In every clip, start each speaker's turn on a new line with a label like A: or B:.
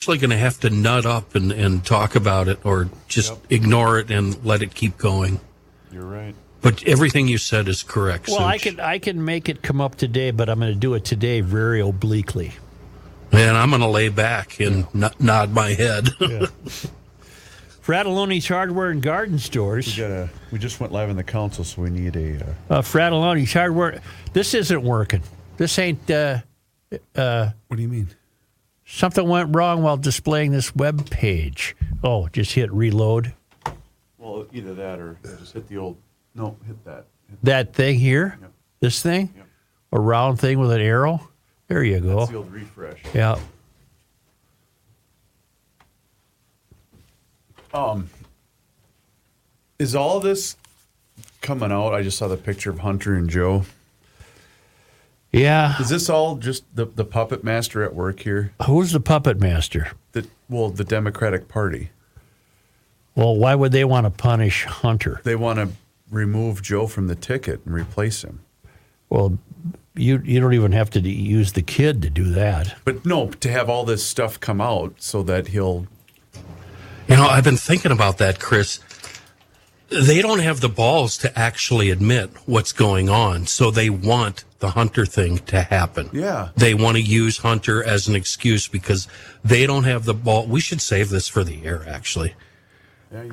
A: eventually going to have to nut up and, and talk about it or just
B: Yep.
A: ignore it and let it keep going.
B: You're right.
A: But everything you said is correct.
C: Well, I
A: Such.
C: can I can make it come up today, but I'm going to do it today very obliquely.
A: Man, I'm going to lay back and no- nod my head.
C: Fratelloni's Hardware and Garden Stores.
B: We, got a, we just went live in the council, so we need a. Uh,
C: Uh, Fratelloni's Hardware. This isn't working. This ain't. Uh,
D: What do you mean?
C: something went wrong while displaying this web page. Oh, just hit reload.
B: well, either that or just hit the old. No, hit that.
C: That thing here, this thing, a round thing with an arrow. There you go.
B: It's the old refresh.
C: yeah.
B: Is all this coming out? I just saw the picture of Hunter and Joe.
C: Yeah.
B: Is this all just the, the puppet master at work here?
C: Who's the puppet master?
B: The, well, the Democratic Party.
C: Well, why would they want to punish Hunter?
B: They want to remove Joe from the ticket and replace him.
C: Well, you you don't even have to d- use the kid to do that.
B: But no, to have all this stuff come out so that he'll.
A: You know, I've been thinking about that, Chris. They don't have the balls to actually admit what's going on, so they want the Hunter thing to happen.
B: Yeah.
A: They want to use Hunter as an excuse because they don't have the ball. We should save this for the air, actually.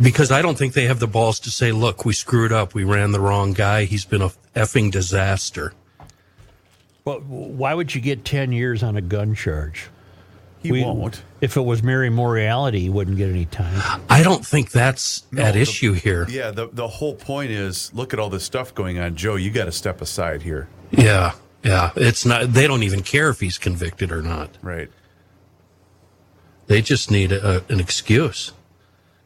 A: Because I don't think they have the balls to say, look, we screwed up. We ran the wrong guy. He's been a effing disaster.
C: Well, why would you get ten years on a gun charge?
B: He won't.
C: If it was mere immorality, you wouldn't get any time.
A: I don't think that's at issue here.
B: Yeah, the, the whole point is look at all this stuff going on. Joe, you got to step aside here.
A: Yeah. Yeah. It's not, they don't even care if he's convicted or not.
B: Right.
A: They just need a, an excuse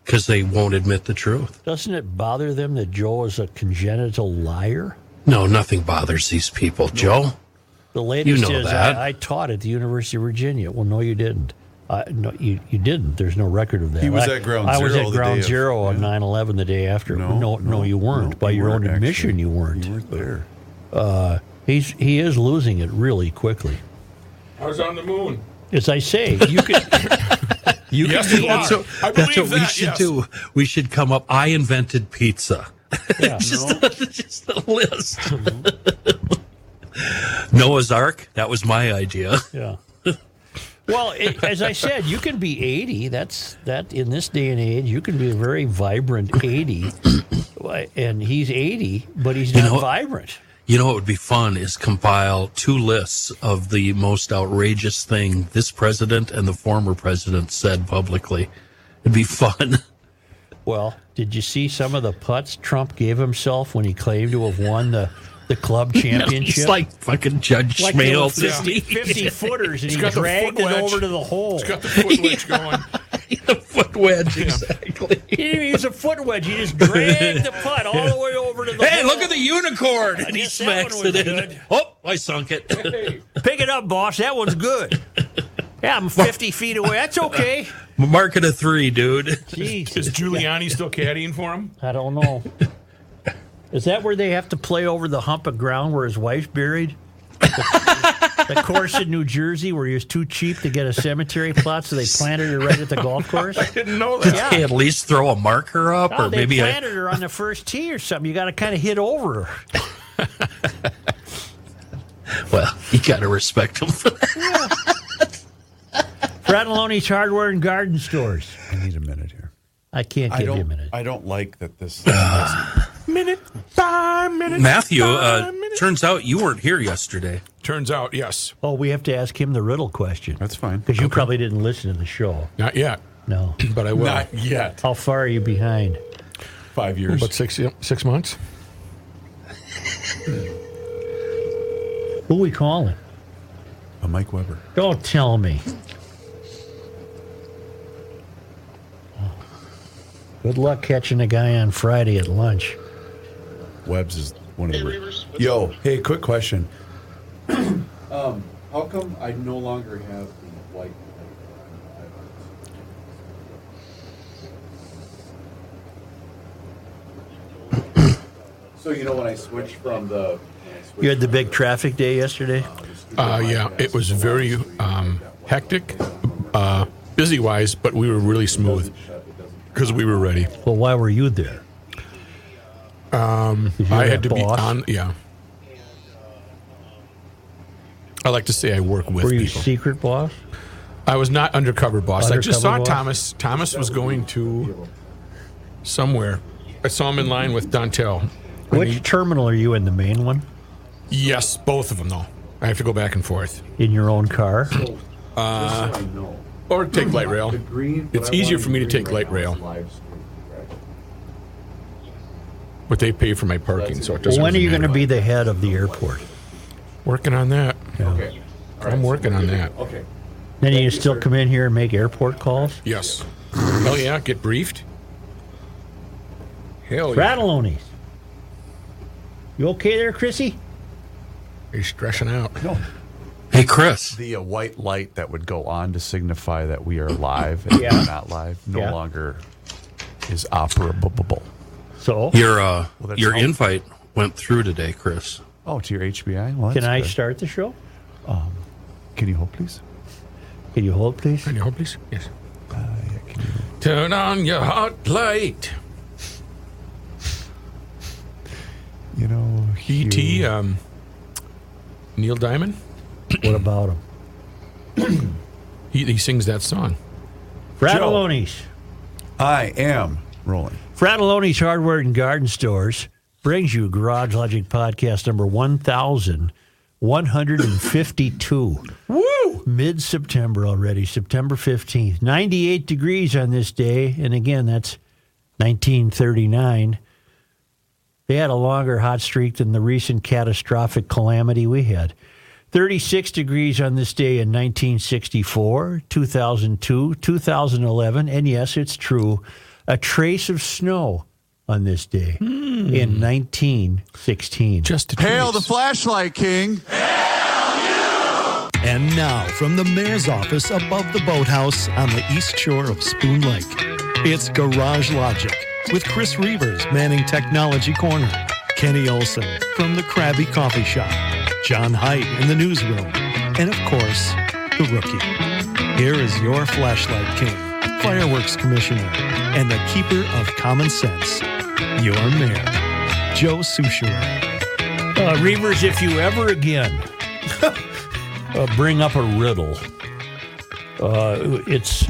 A: because they won't admit the truth.
C: Doesn't it bother them that Joe is a congenital liar?
A: No, nothing bothers these people, Joe.
C: The latest
A: know
C: is
A: that.
C: I, I taught at the University of Virginia. Well, no, you didn't. I, no, you, you didn't. There's no record of that.
B: He was
C: I,
B: at ground
C: I was
B: zero
C: at
B: the day
C: ground
B: of-
C: zero on
B: yeah.
C: 9 11 the day after. No, no, you weren't.
B: no,
C: By
B: you
C: your
B: weren't,
C: own admission,
B: actually.
C: you weren't.
B: You weren't there.
C: He's he is losing it really quickly.
D: I was on the moon.
C: As I say, you could you could
D: Yes,
C: be-
D: you are.
A: So
D: I
A: that's what
D: believe
A: we
D: that,
A: should
D: yes.
A: do. We should come up. I invented pizza. just, a, just a list. Noah's Ark. That was my idea.
C: Yeah. Well, it, as I said, you can be 80. That's that in this day and age, you can be a very vibrant 80. Why- and he's 80, but he's not
A: know-
C: vibrant.
A: You know what would be fun is compile two lists of the most outrageous thing this president and the former president said publicly. It'd be fun.
C: Well, did you see some of the putts Trump gave himself when he claimed to have won the, the club championship?
A: It's like fucking Judge
C: Like they were
A: Schmale.
C: 50, 50 footers and he
D: got the
C: dragged
D: foot
C: it
D: wedge.
C: over to the hole.
D: It's got the foot wedge going.
A: the foot wedge, exactly.
C: He didn't even use a foot wedge. He just dragged the putt all the way over to the
A: Hey,
C: hole.
A: look at the unicorn! And he
C: guess that
A: smacks
C: one
A: it
C: was
A: in.
C: good.
A: Oh, I sunk it.
C: Pick it up, boss. That one's good. Yeah, I'm 50 feet away. That's okay.
A: Mark it a three, dude.
C: Jesus.
D: Is Giuliani still caddying for him?
C: I don't know. Is that where they have to play over the hump of ground where his wife's buried? The, the course in New Jersey where he was too cheap to get a cemetery plot, so they planted her right at the golf course.
D: Didn't know that.
A: Hey, at least throw a marker up
C: Oh,
A: or
C: they
A: maybe a,
C: planted her on the first tee or something. You got to kind of hit over her.
A: well, you gotta respect him for that.
C: Fratelloni's Hardware and Garden Stores.
B: I need a minute here.
C: I can't
B: I
C: give
B: don't,
C: you a minute.
B: I don't like that this.
D: Minute by minute.
A: Matthew,
D: by
A: uh,
D: minute.
A: turns out you weren't here yesterday.
D: Turns out, yes.
C: oh, we have to ask him the riddle question.
B: That's fine.
C: Because you probably didn't listen to the show.
D: Not yet,
C: No.
D: but I will.
B: Not yet.
C: How far are you behind?
B: Five years.
D: But six six months?
C: Who we calling?
B: Uh, Mike Weber.
C: Don't tell me. Good luck catching a guy on Friday at lunch.
B: Webbs is one of the. Yo, hey, quick question. um, how come I no longer have the white? so you know when I switched from the.
C: You had the big traffic day yesterday.
D: Uh, yeah, it was very um, hectic. Uh,
E: busy wise, but we were really smooth because we were ready.
C: Well, why were you there? Um,
E: I had to be on. Yeah. I like to say I work with
C: Were you
E: people.
C: secret boss?
E: I was not undercover boss. I just
C: Undercover
E: saw
C: boss?
E: Thomas. Thomas was going to somewhere. I saw him in line with Dontel. When
C: Which terminal are you in? The main one?
E: he- yes, both of them though. I have to go back and forth
C: In your own car?
E: or take light rail. It's easier for me to take light rail, but they pay for my parking, so it doesn't.
C: when are you
E: really
C: going to
E: matter.
C: be the head of the airport?
E: working on that?
F: Okay.
E: I'm working on that.
F: Okay.
C: Then you still come in here and make airport calls?
E: Yes. Hell yeah, get briefed. Hell yeah.
C: Rattalonies. You okay there, Chrissy?
E: You're stressing out.
A: Hey, Chris.
B: The uh, white light that would go on to signify that we are live and
C: Mm-hmm. Yeah.
B: not live no
C: Yeah.
B: longer is operable.
C: So,
A: Your uh,
B: Well, that's
A: your
B: all-
A: invite went through today, Chris.
B: Oh, to your HBI? Well,
C: can
B: that's
C: I
B: good.
C: start the show?
B: Can you hold, please?
C: Can you hold, please?
E: Can you hold, please? Yes.
C: Uh,
E: Turn on your hot light.
B: You know,
E: E.T. Um, Neil Diamond.
C: What about them?
E: He, he sings that song.
C: Rattalonies.
E: uh,
B: I am rolling.
C: Fratelloni's Hardware and Garden Stores brings you Garage Logic Podcast number 1152. Woo! Mid September already, September 15th. 98 degrees on this day. And again, that's 1939. They had a longer hot streak than the recent catastrophic calamity we had. 36 degrees on this day in 1964, 2002, 2011, and yes, it's true, a trace of snow on this day in 1916.
E: Just a
G: Hail the
E: trace.
G: flashlight king.
H: And now, from the mayor's office above the boathouse on the east shore of Spoon Lake, it's Garage Logic with Chris Reavers manning Technology Corner, Kenny Olson from the Krabby Coffee Shop, John Height in the newsroom, and of course, the rookie. Here is your flashlight king, fireworks commissioner, and the keeper of common sense, your mayor, Joe Sushiro.
C: Uh, Reavers, if you ever again uh, bring up a riddle, uh, it's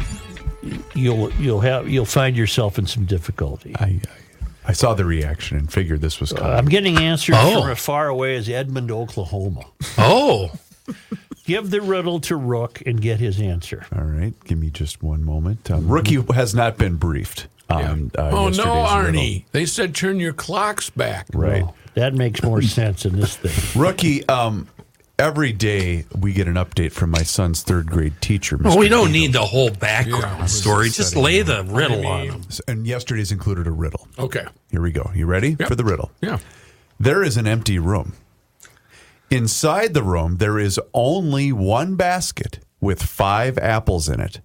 C: you'll you'll have you'll find yourself in some difficulty.
B: I, I, I saw the reaction and figured this was coming.
C: I'm getting answers
A: Oh.
C: from as far away as Edmond, Oklahoma.
A: Oh,
C: Give the riddle to Rook and get his answer.
B: All right, give me just one moment. Um, Rookie has not been briefed. On, uh,
E: oh no,
B: yesterday's
E: Arnie!
B: riddle.
E: They said turn your clocks back.
B: Right.
C: Well, Oh, that makes more sense in this thing.
B: Rookie, um, every day we get an update from my son's third grade teacher.
C: Oh,
B: Mr.
A: well, we don't
B: Beagle.
A: need the whole background
E: Yeah, I was
A: story.
E: just
A: Just
E: studying
A: lay the
E: that.
A: riddle
E: I
A: on
E: mean-
A: them.
B: And yesterday's included a riddle.
E: Okay.
B: Here we go. You ready
E: Yep.
B: for the riddle?
E: Yeah.
B: There is an empty room. Inside the room, there is only one basket with five apples in it.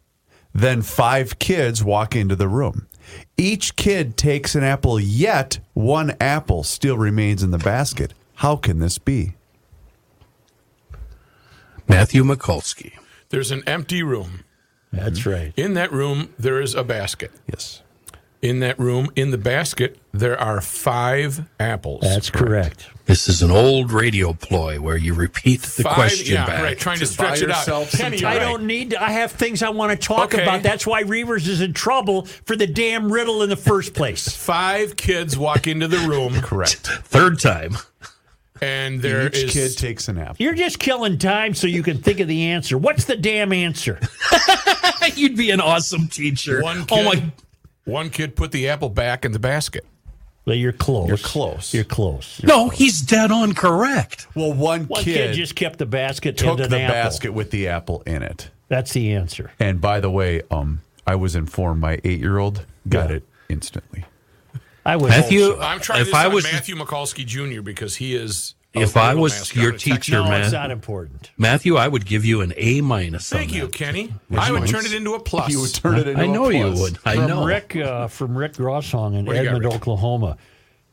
B: Then five kids walk into the room. Each kid takes an apple, yet one apple still remains in the basket. How can this be?
A: Matthew Mikulski.
E: There's an empty room.
C: That's right.
E: In that room, there is a basket.
B: Yes.
E: In that room, in the basket, there are five apples.
C: That's correct.
A: This is an old radio ploy where you repeat the
E: five.
A: question
E: yeah,
A: back.
E: right. Trying
B: To
E: to, stretch
B: buy
E: it out.
B: yourself some
E: Kenny,
B: time.
E: right.
C: I don't need. To, I have things I want to talk
E: Okay.
C: about. That's why Reavers is in trouble for the damn riddle in the first place.
E: Five kids walk into the room,
B: Correct.
A: Third time.
E: and there
B: Each
E: is
B: kid takes an apple.
C: You're just killing time so you can think of the answer. What's the damn answer?
A: You'd be an awesome teacher.
E: one. Kid,
A: oh my!
E: One kid put the apple back in the basket.
C: Well, you're close. You're
B: close.
C: You're close.
A: No, he's dead on correct.
B: Well, one,
C: One kid,
B: kid,
C: just kept the basket
B: took
C: and
B: the
C: an apple.
B: basket with the apple in it.
C: That's the answer.
B: And by the way, um, I was informed my eight-year-old got
C: Yeah.
B: it instantly.
C: I would
A: Matthew,
E: I'm trying
A: if
E: this
A: I
E: on
A: was
E: Matthew Mikulski Jr. because he is. a
A: If I
E: real
A: was
E: mascot
A: your
E: of Texas.
A: teacher,
C: No,
A: man.
C: it's not important.
A: Matthew, I would give you an A minus. on
E: Thank you,
A: that.
E: Kenny. I would turn it into a plus.
B: You would turn it into
A: I
B: a
A: know you
B: plus.
A: would. I
C: from
A: know.
C: Rick uh, from Rick Grossong in
E: do you got,
C: Edmond,
E: Rick?
C: Oklahoma.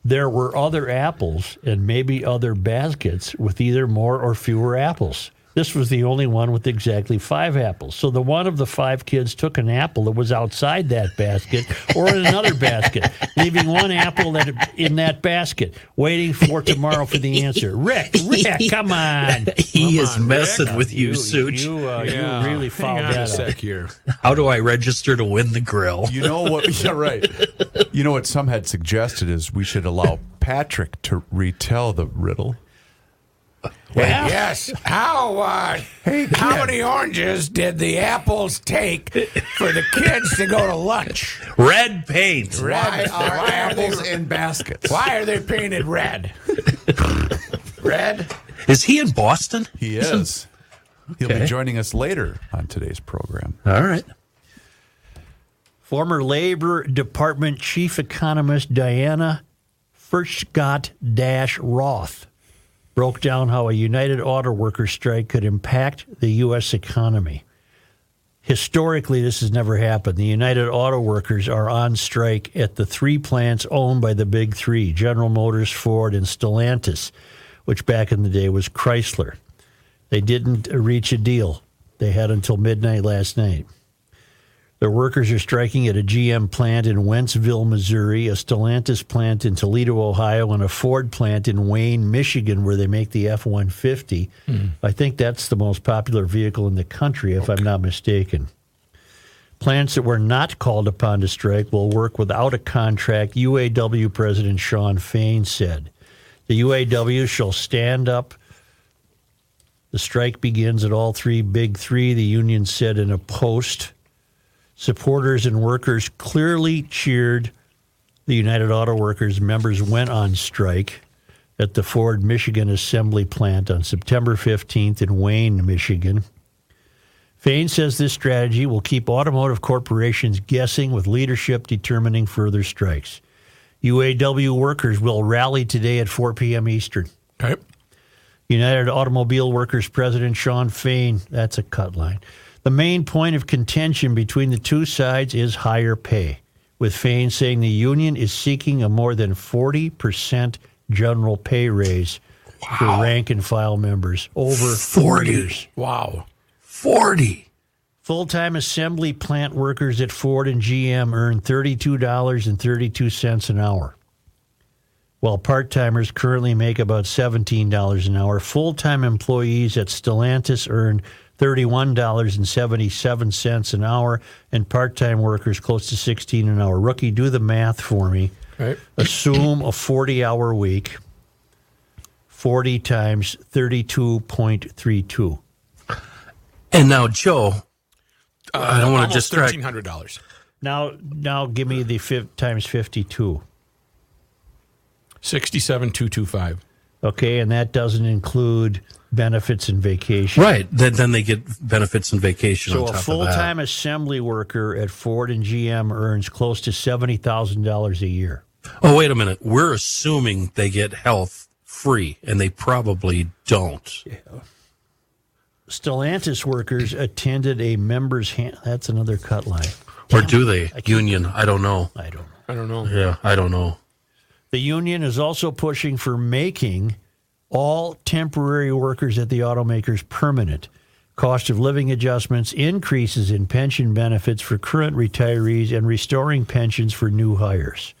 C: There were other apples and maybe other baskets with either more or fewer apples. This was the only one with exactly five apples. So the one of the five kids took an apple that was outside that basket or in another basket, leaving one apple that in that basket, waiting for tomorrow for the answer. Rick, Rick, come on.
A: He
D: Come
A: is
D: on,
A: messing
D: Rick.
A: with you,
C: you,
A: Such.
C: You, uh,
D: Yeah.
C: you really
D: Hang
C: found
D: on a
C: that out.
D: sec here.
A: How do I register to win the grill?
B: You know what? Yeah, right. You know what some had suggested is we should allow Patrick to retell the riddle.
C: Yeah.
D: Yes. How uh, how many oranges did the apples take for the kids to go to lunch?
A: Red paint.
D: Why are, apples
B: in baskets?
D: Why are they painted red? red?
A: Is he in Boston?
B: He is. He'll
A: Okay.
B: be joining us later on today's program.
A: All right.
C: Former Labor Department Chief Economist Diana Fershgott Dash Roth broke down how a United Auto Workers strike could impact the U.S. economy. Historically, this has never happened. The United Auto Workers are on strike at the three plants owned by the big three General Motors, Ford, and Stellantis, which back in the day was Chrysler. They didn't reach a deal, they had until midnight last night. The workers are striking at a GM plant in Wentzville, Missouri, a Stellantis plant in Toledo, Ohio, and a Ford plant in Wayne, Michigan, where they make the F 150. I think that's the most popular vehicle in the country, if I'm not mistaken. Plants that were not called upon to strike will work without a contract, UAW President Sean Fain said. The UAW shall stand up the strike begins at all three big three, the union said in a post. Supporters and workers clearly cheered. The United Auto Workers members went on strike at the Ford Michigan assembly plant on September 15th in Wayne, Michigan. Fain says this strategy will keep automotive corporations guessing with leadership determining further strikes. UAW workers will rally today at 4 p.m. Eastern.
D: Okay.
C: United Automobile Workers President Sean Fain. That's a cut line. The main point of contention between the two sides is higher pay, with Fain saying the union is seeking a more than 40% general pay raise for rank and file members over
A: 40.
C: years.
D: Wow.
A: 40.
C: Full time assembly plant workers at Ford and GM earn $32.32 an hour, while part timers currently make about $17 an hour. Full time employees at Stellantis earn $31.77 an hour, and part time workers close to 16 an hour. Rookie, do the math for me.
D: Right.
C: Assume a 40 hour week, 40 times 32.32.
A: And now, Joe, I
E: Uh,
A: don't want to distract.
D: Uh, Thirteen hundred dollars.
C: Now, now give me the fif- times fifty-two.
D: Sixty-seven two two five.
C: Okay, and that doesn't include benefits and vacation.
A: Right. Then, then they get benefits and vacation
C: So
A: on
C: a
A: top of that.
C: full-time assembly worker at Ford and GM earns close to seventy thousand dollars a year.
A: Oh, wait a minute. We're assuming they get health free, and they probably don't.
C: Stellantis workers attended a member's hand. That's another cut line.
A: Or do they? Union. I don't know.
C: I don't know.
D: I don't know.
A: Yeah, I don't know.
C: The union is also pushing for making all temporary workers at the automakers permanent. Cost of living adjustments, increases in pension benefits for current retirees, and restoring pensions for new hires.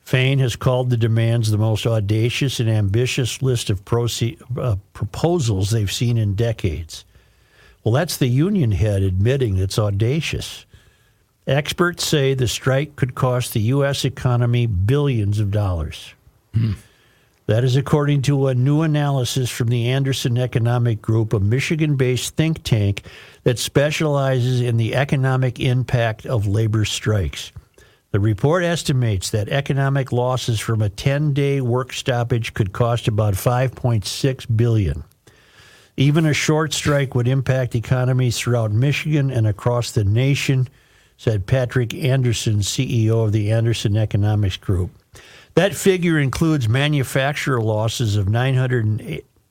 C: Fain has called the demands the most audacious and ambitious list of proce- uh, proposals they've seen in decades. Well, that's the union head admitting it's audacious. Experts say the strike could cost the U.S. economy billions of dollars. That is according to a new analysis from the Anderson Economic Group, a Michigan based think tank that specializes in the economic impact of labor strikes. The report estimates that economic losses from a 10 day work stoppage could cost about 5.6 billion. Even a short strike would impact economies throughout Michigan and across the nation, said Patrick Anderson, CEO of the Anderson Economics Group. That figure includes manufacturer losses of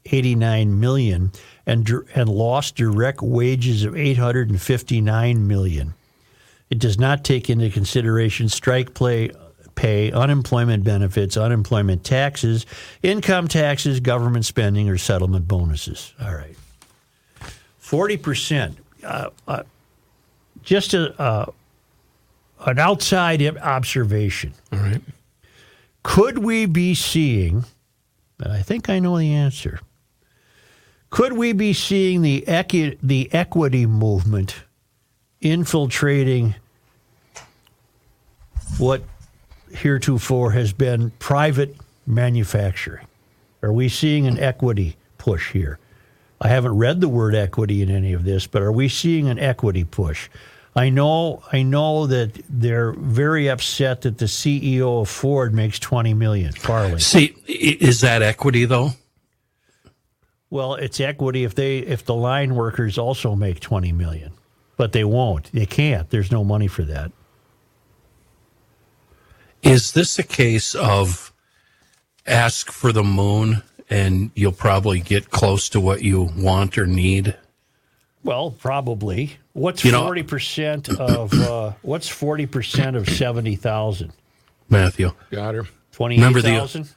C: 989 million and dir- and lost direct wages of 859 million. It does not take into consideration strike play, pay, unemployment benefits, unemployment taxes, income taxes, government spending, or settlement bonuses. All right. Forty percent. Uh, uh, just a uh, an outside ob- observation.
A: All right.
C: Could we be seeing? And I think I know the answer. Could we be seeing the equi- the equity movement infiltrating what heretofore has been private manufacturing? Are we seeing an equity push here? I haven't read the word equity in any of this, but are we seeing an equity push? I know I know that they're very upset that the CEO of Ford makes 20 million, Farley.
A: See, i- is that equity though?
C: Well, it's equity if they if the line workers also make 20 million. But they won't. They can't. There's no money for that.
A: Is this a case of ask for the moon and you'll probably get close to what you want or need?
C: Well, probably. What's
A: You know-
C: 40% of uh, what's 40% of 70,000?
A: Matthew,
D: Got her.
A: Remember the- uh,
C: 28,000?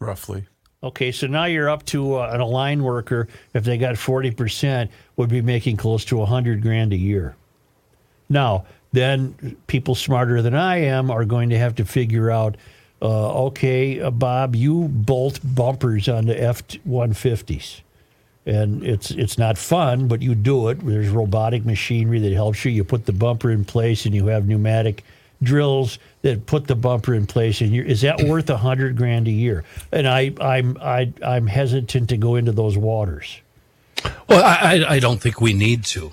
B: Roughly.
C: Okay, so now you're up to uh, an a line worker. If they got forty percent, would be making close to a hundred grand a year. Now, then people smarter than I am are going to have to figure out. Uh, okay, uh, Bob, you bolt bumpers on the F one fifties, and it's it's not fun, but you do it. There's robotic machinery that helps you. You put the bumper in place, and you have pneumatic drills that put the bumper in place. And you're, is that worth a hundred grand a year? And I I'm I, I'm hesitant to go into those waters.
A: Well, I, I- I don't think we need to.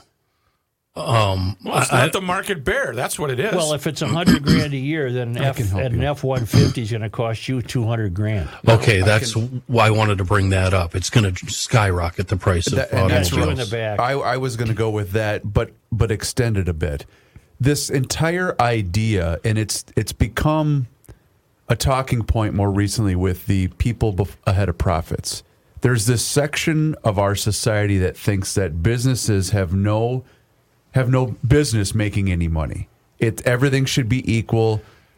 D: Well, it's not the market bear. That's what it is.
C: Well, if it's a hundred grand a year, then an F an F one fifty is going to cost you two hundred grand.
A: Okay, that's why I wanted to bring that up. It's going to skyrocket the price of
B: That- and that's
A: automobiles.
C: Two in
B: really,
C: the back.
B: I, I was going to go with that, but but extend it a bit. This entire idea, and it's it's become a talking point more recently with the people bef- ahead of profits. There's this section of our society that thinks that businesses have no have no business making any money. It everything should be equal.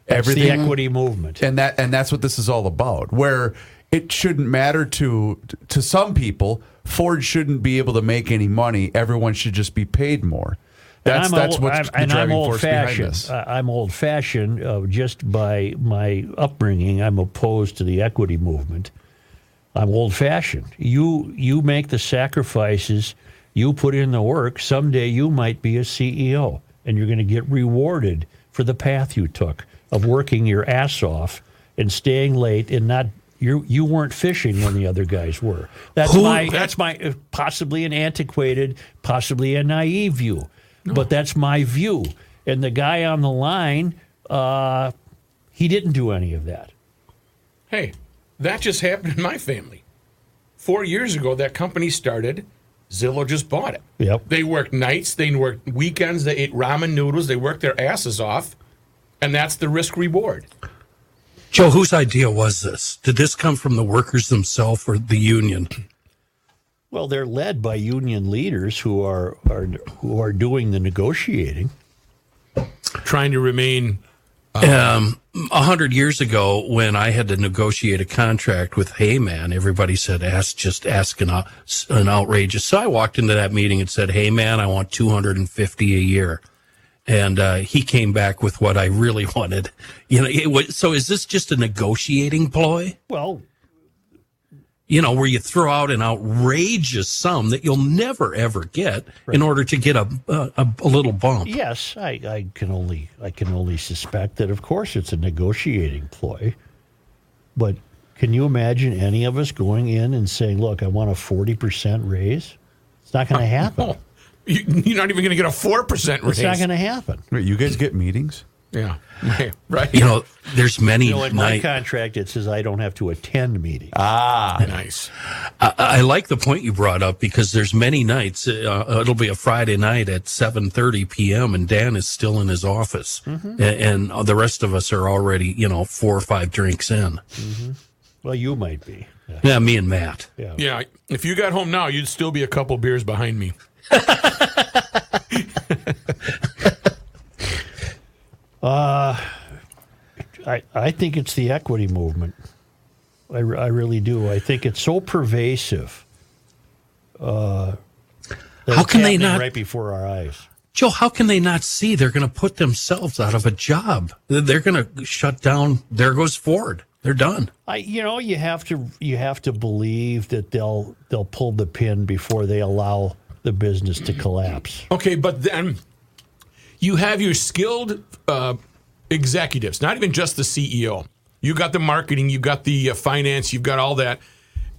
C: It's
B: Everything
C: the equity movement.
B: and that and that's what this is all about where it shouldn't matter to to some people ford shouldn't be able to make any money everyone should just be paid more that's
C: and I'm
B: that's
C: old,
B: what's
C: I'm,
B: the
C: and I'm Uh,
B: driving
C: old
B: force behind
C: fashioned.
B: this
C: I- I'm old fashioned uh, just by my upbringing. I'm opposed to the equity movement. I'm old fashioned. You you make the sacrifices. You put in the work. Someday you might be a CEO, and you're going to get rewarded for the path you took of working your ass off and staying late and not. You, you weren't fishing when the other guys were. That's
A: Who-
C: my that's my uh, possibly an antiquated, possibly a naive view, but that's my view. And the guy on the line, uh, he didn't do any of that.
E: Hey, that just happened in my family. Four years ago, that company started. Zillow just bought it.
C: Yep.
E: They worked nights, they worked weekends, they ate ramen noodles, they worked their asses off, and that's the risk reward.
A: Joe, whose idea was this? Did this come from the workers themselves or the union?
C: Well, they're led by union leaders who are, are who are doing the negotiating.
D: trying to remain
A: Um, a hundred years ago, when I had to negotiate a contract with Heyman, everybody said, "Ask just ask an, ou- an outrageous." So I walked into that meeting and said, "Hey, man, I want two hundred and fifty a year," and uh, he came back with what I really wanted. You know, it was, so is this just a negotiating ploy?
C: Well,
A: You know, where you throw out an outrageous sum that you'll never ever get in order to get a a, a little bump.
C: yes, I, I can only I can only suspect that of course it's a negotiating ploy. But can you imagine any of us going in and saying, "Look, I want a 40% raise?" It's not going to happen.
D: Oh, you, you're not even going to get a 4% raise.
C: It's not going to happen.
B: Wait, you guys get meetings
D: yeah. Yeah, Right.
A: You know, there's many
C: You know, in my
A: night-
C: contract, it says I don't have to attend meetings.
D: Nice.
A: I like the point you brought up because there's many nights. Uh, it'll be a Friday night at 7:30 p.m. and Dan is still in his office, A- and, the rest of us are already, you know, four or five drinks in.
C: well, you might be. Yeah.
A: Yeah, me and Matt.
E: Yeah, if you got home now, you'd still be a couple beers behind me.
C: I, I think it's the equity movement. I, re- I really do. I think it's so pervasive. uh, That
A: How
C: it's
A: can they
C: happening
A: not-
C: Right before our eyes.
A: Joe, how can they not see they're going to put themselves out of a job? They're going to shut down. There goes Ford. They're done.
C: I, you know, you have to you have to believe that they'll they'll pull the pin before they allow the business to collapse.
E: Okay, but then you have your skilled uh, executives, not even just the CEO. You got the marketing, you got the uh, finance, you've got all that,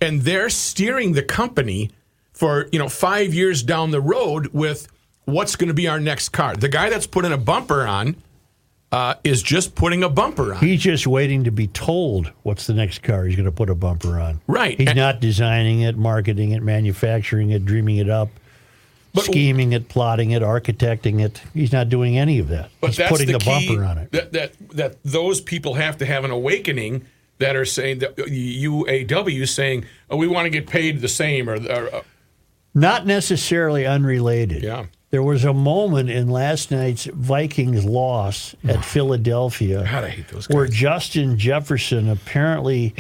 E: and they're steering the company for you know five years down the road with what's going to be our next car. The guy that's putting a bumper on uh, is just putting a bumper on.
C: He's just waiting to be told what's the next car he's going to put a bumper on.
E: Right.
C: He's
E: And-
C: not designing it, marketing it, manufacturing it, dreaming it up,
E: But-
C: scheming it, plotting it, architecting it. He's not doing any of that.
E: But
C: he's
E: that's
C: putting
E: the,
C: the,
E: key
C: bumper on it.
E: That, that that those people have to have an awakening that are saying that uh, UAW saying, "Oh, we want to get paid the same," or, or uh,
C: Not necessarily unrelated.
E: Yeah.
C: There was a moment in last night's Vikings loss at Philadelphia
E: God, I hate those
C: where
E: guys.
C: Justin Jefferson apparently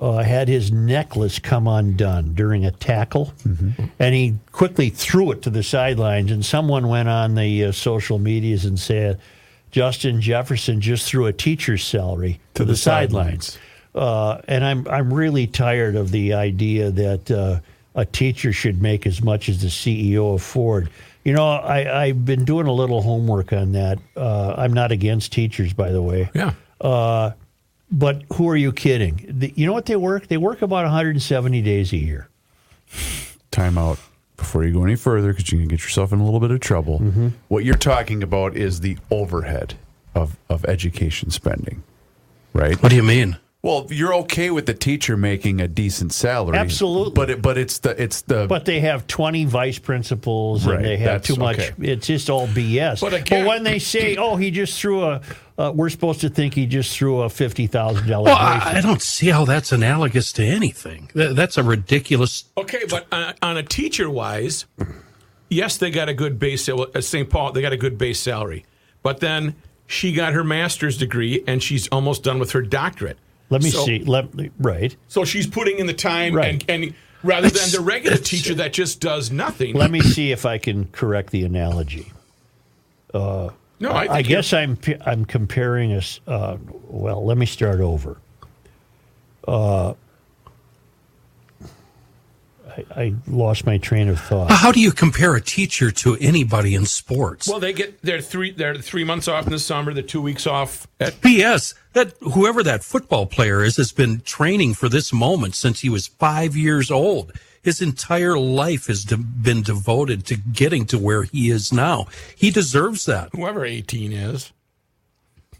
C: uh, had his necklace come undone during a tackle, and he quickly threw it to the sidelines. And someone went on the uh, social medias and said, "Justin Jefferson just threw a teacher's salary to, the,
B: the
C: sidelines." Uh, and I'm I'm really tired of the idea that uh, a teacher should make as much as the CEO of Ford. You know, I, I've been doing a little homework on that. Uh, I'm not against teachers, by the way.
E: yeah.
C: But who are you kidding? The, you know what they work? They work about 170 days a year.
B: time out before you go any further because you can get yourself in a little bit of trouble.
C: Mm-hmm.
B: What you're talking about is the overhead of, of education spending, right?
A: What do you mean?
B: Well, you're okay with the teacher making a decent salary,
C: Absolutely.
B: But it, but it's the it's the
C: But they have 20 vice principals
B: Right,
C: and they have
B: that's
C: too much.
B: okay.
C: It's just all BS.
E: But again-
C: when they say, oh, he just threw a, uh, we're supposed to think he just threw a $50,000
A: Well,
C: bracelet.
A: I, I don't see how that's analogous to anything. Th- that's a ridiculous.
E: Okay, but on, on a teacher wise, yes, they got a good base sal- at St. Paul. They got a good base salary, but then she got her master's degree and she's almost done with her doctorate.
C: Let me
E: So-
C: see. Let me, right.
E: So she's putting in the time,
C: Right.
E: and, and rather than
A: It's-
E: the regular
A: it's-
E: teacher that just does nothing.
C: Let me see if I can correct the analogy.
E: no, I, think
C: I guess I'm p- I'm comparing us. Uh, well, let me start over. Uh, I, I lost my train of thought.
A: How do you compare a teacher to anybody in sports?
E: Well, they get their three their three months off in the summer, the two weeks off. At,
A: P.S. That whoever that football player is has been training for this moment since he was five years old. His entire life has de- been devoted to getting to where he is now. He deserves that.
E: whoever eighteen is,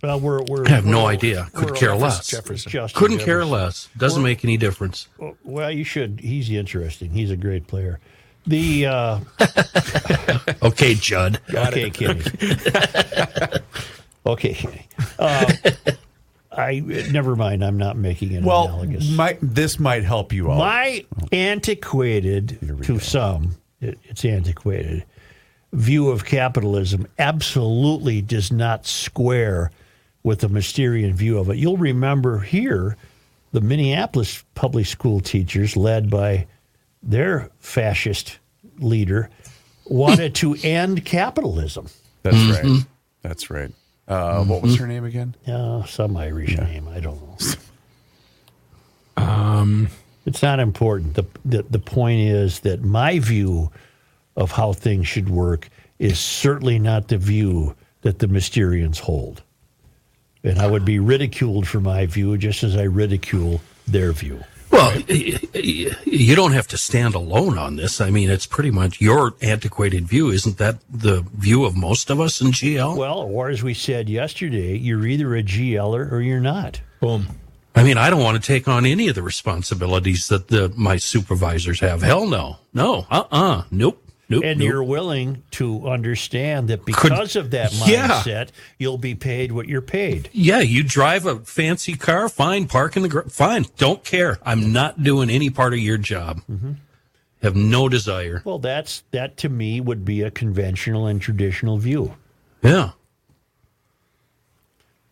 C: Well, we're, we're
A: I have no idea. Could care
E: Jefferson-
A: less.
E: Jefferson.
C: Justin
A: Couldn't care
C: Jefferson.
A: less. Doesn't make any difference.
C: Well, you should. He's interesting. He's a great player. The uh,
A: Okay, Judd.
C: okay, Kenny. okay, Kenny. Uh, I never mind. I'm not making an
B: well,
C: analogous.
B: might, this might help you out.
C: My antiquated, to some, it, it's antiquated, view of capitalism absolutely does not square with the Mysterian view of it. You'll remember here the Minneapolis public school teachers, led by their fascist leader, wanted to end capitalism.
B: That's
A: Mm-hmm.
B: right. That's right. Uh, What was her name again?
C: Uh, some Irish name, I don't know. Um,
A: Um.
C: it's not important. The, the The point is that my view of how things should work is certainly not the view that the Mysterians hold, and I would be ridiculed for my view just as I ridicule their view.
A: Well, y- y- you don't have to stand alone on this. I mean, it's pretty much your antiquated view. Isn't that the view of most of us in GL?
C: Well, or as we said yesterday, you're either a GLer or you're not.
E: boom.
A: I mean, I don't want to take on any of the responsibilities that the my supervisors have. Hell no. No. Uh uh Nope. Nope.
C: And
A: nope.
C: you're willing to understand that because of that
A: Yeah.
C: mindset, you'll be paid what you're paid.
A: yeah, you drive a fancy car, fine, park in the gar- fine, don't care. I'm not doing any part of your job.
C: Mm-hmm.
A: Have no desire.
C: Well, that's that to me would be a conventional and traditional view.
A: Yeah.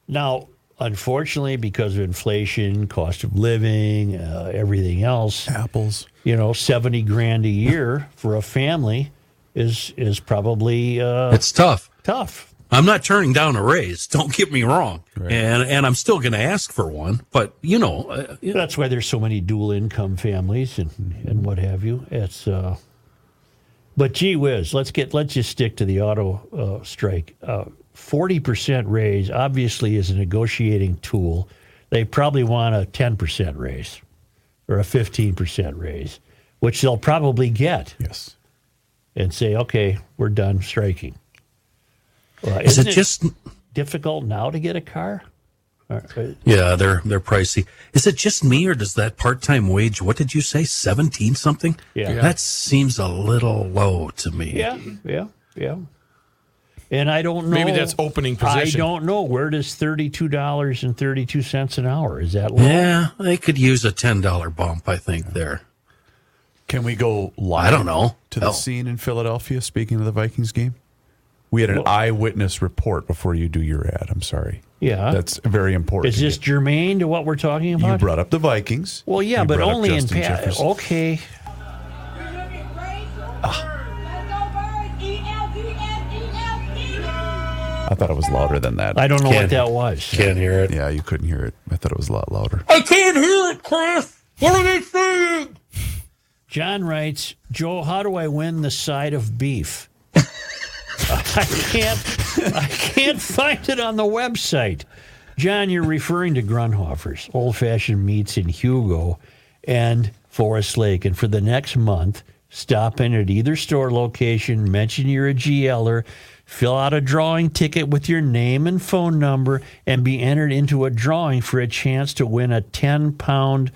C: Now, unfortunately, because of inflation, cost of living, uh, everything else,
B: Apples.
C: you know, seventy grand a year for a family is is probably uh,
A: It's tough.
C: tough.
A: I'm not turning down a raise. Don't get me wrong, and and I'm still going to ask for one. But you know, uh,
C: That's why there's so many dual income families and, and what have you. It's uh, but gee whiz, let's get let's just stick to the auto uh, strike. Forty percent raise obviously is a negotiating tool. They probably want a ten percent raise or a fifteen percent raise, which they'll probably get
B: Yes.
C: and say, okay, we're done striking. Uh,
A: is
C: isn't
A: it just
C: difficult now to get a car? Uh, Or- or-
A: yeah? They're they're pricey. Is it just me, or does that part time wage? What did you say? Seventeen something?
C: Yeah. Yeah.
A: that seems a little low to me.
C: Yeah, yeah, yeah. And I don't know.
E: Maybe that's opening position.
C: I don't know. Where does thirty-two dollars and thirty-two cents an hour? Is that low?
A: yeah, they could use a ten dollar bump. I think there.
B: Can we go live?
A: I don't know. Oh.
B: to the
A: Hell.
B: scene in Philadelphia. Speaking of the Vikings game, we had an eyewitness report before you do your ad. I'm sorry.
C: Yeah.
B: that's very important.
C: Is this germane to what we're talking
B: you
C: about?
B: brought up the Vikings?
C: well, yeah,
B: You
C: but
B: brought up
C: only in oh.
B: Justin
C: pa-
B: Jefferson.
C: okay.
B: I thought it was louder than that.
C: I don't know
A: Can't-
C: what that was.
A: Can't hear it.
B: Yeah, you couldn't hear it. I thought it was a lot louder.
A: I can't hear it, Chris. What are they saying?
C: John writes, Joe, how do I win the side of beef? I can't I can't find it on the website. John, you're referring to Grunhofer's old fashioned meats in Hugo and Forest Lake. And for the next month, stop in at either store location, mention you're a GLer, fill out a drawing ticket with your name and phone number, and be entered into a drawing for a chance to win a 10 pound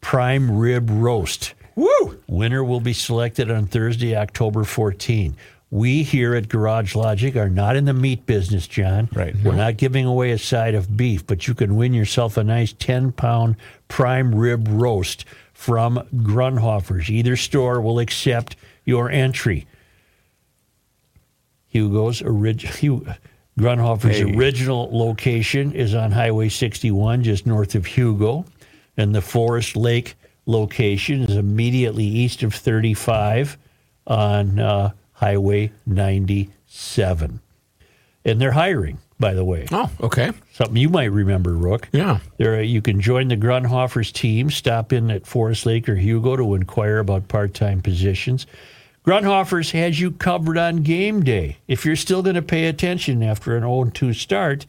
C: prime rib roast. Woo! Winner will be selected on Thursday, October 14. We here at Garage Logic are not in the meat business, John.
B: Right.
C: We're not giving away a side of beef, but you can win yourself a nice 10 pound prime rib roast from Grunhofer's. Either store will accept your entry. Hugo's original Grunhofer's original location is on Highway 61, just north of Hugo, and the Forest Lake location is immediately east of 35 on uh, Highway 97. And they're hiring, by the way.
E: Oh, okay.
C: Something you might remember, Rook.
E: Yeah.
C: There, uh, you can join the Grunhofer's team. Stop in at Forest Lake or Hugo to inquire about part-time positions. Grunhofer's has you covered on game day. If you're still going to pay attention after an 0-2 start,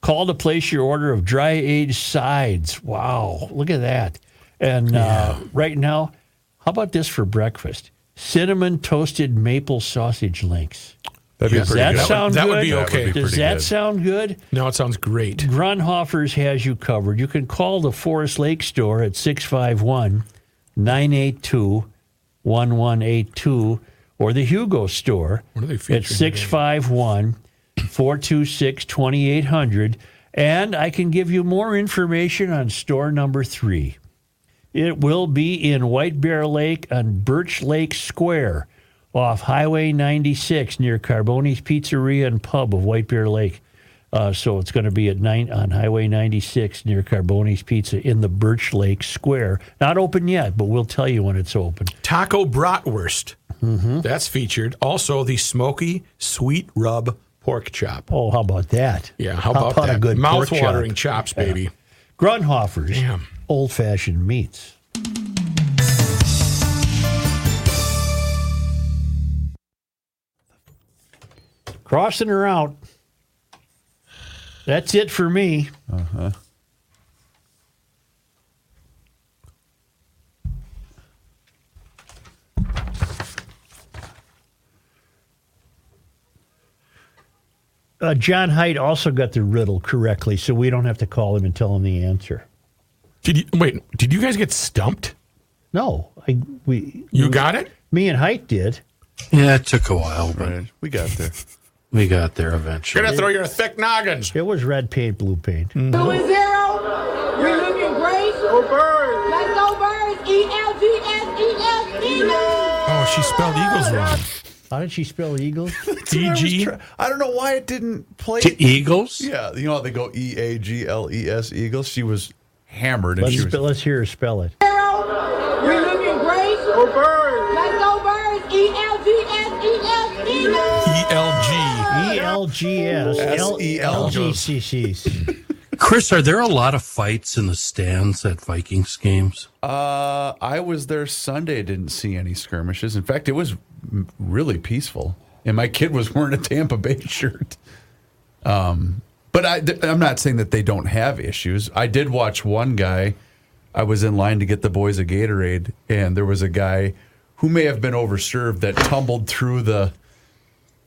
C: call to place your order of dry aged sides. Wow, look at that! And uh, right now, how about this for breakfast? Cinnamon toasted maple sausage links.
B: That'd be
E: Yes,
B: pretty
C: That
B: good.
C: sound
E: That would
C: good?
E: be okay.
B: That would be
C: Does
B: pretty
C: that
B: good.
C: sound good?
E: Now it sounds great.
C: Grunhofer's has you covered. You can call the Forest Lake store at 651 982 1182 or the Hugo store
E: What are they featuring
C: at 651 426 2800. And I can give you more information on store number three. It will be in White Bear Lake on Birch Lake Square off Highway 96 near Carboni's Pizzeria and Pub of White Bear Lake. Uh, so it's going to be at nine on Highway 96 near Carboni's Pizza in the Birch Lake Square. Not open yet, but we'll tell you when it's open.
E: Taco bratwurst. That's featured. Also, the smoky sweet rub pork chop.
C: Oh, how about that?
E: Yeah, how about, that?
C: a good pork chop?
E: Mouth-watering chops, baby.
C: Grunhofer's
E: Damn.
C: old fashioned meats. Crossing her out. That's it for me. Uh, John Haidt also got the riddle correctly, so we don't have to call him and tell him the answer.
E: Did you, wait, did you guys get stumped?
C: No, I, we,
E: You got it?
C: me and Haidt did.
A: Yeah, it took a while, but
B: Right. We got there.
A: we got there eventually.
E: Gonna throw your thick noggins.
C: It was red paint, blue paint.
I: Two and zero. We looking great. Go birds. Let's go birds. E L G S E L Eagles.
E: Oh, she spelled
I: Ah,
E: Eagles wrong.
C: How did she spell eagles?
E: E G.
B: I don't know why it didn't play.
A: To Eagles?
B: Yeah, you know how they go E A G L E S Eagles. She was hammered, and
C: Let's,
B: she was
C: spe- let's hear her spell it.
I: We looking great. Go birds. Let's go birds. E L G S E L
E: ELG.
C: E ELGS. E LGCCs.
A: Chris, are there a lot of fights in the stands at Vikings games?
B: Uh, I was there Sunday. Didn't see any skirmishes. In fact, it was m- really peaceful, and my kid was wearing a Tampa Bay shirt. Um, but I, th- I'm not saying that they don't have issues. I did watch one guy. I was in line to get the boys a Gatorade, and there was a guy who may have been overserved that tumbled through the,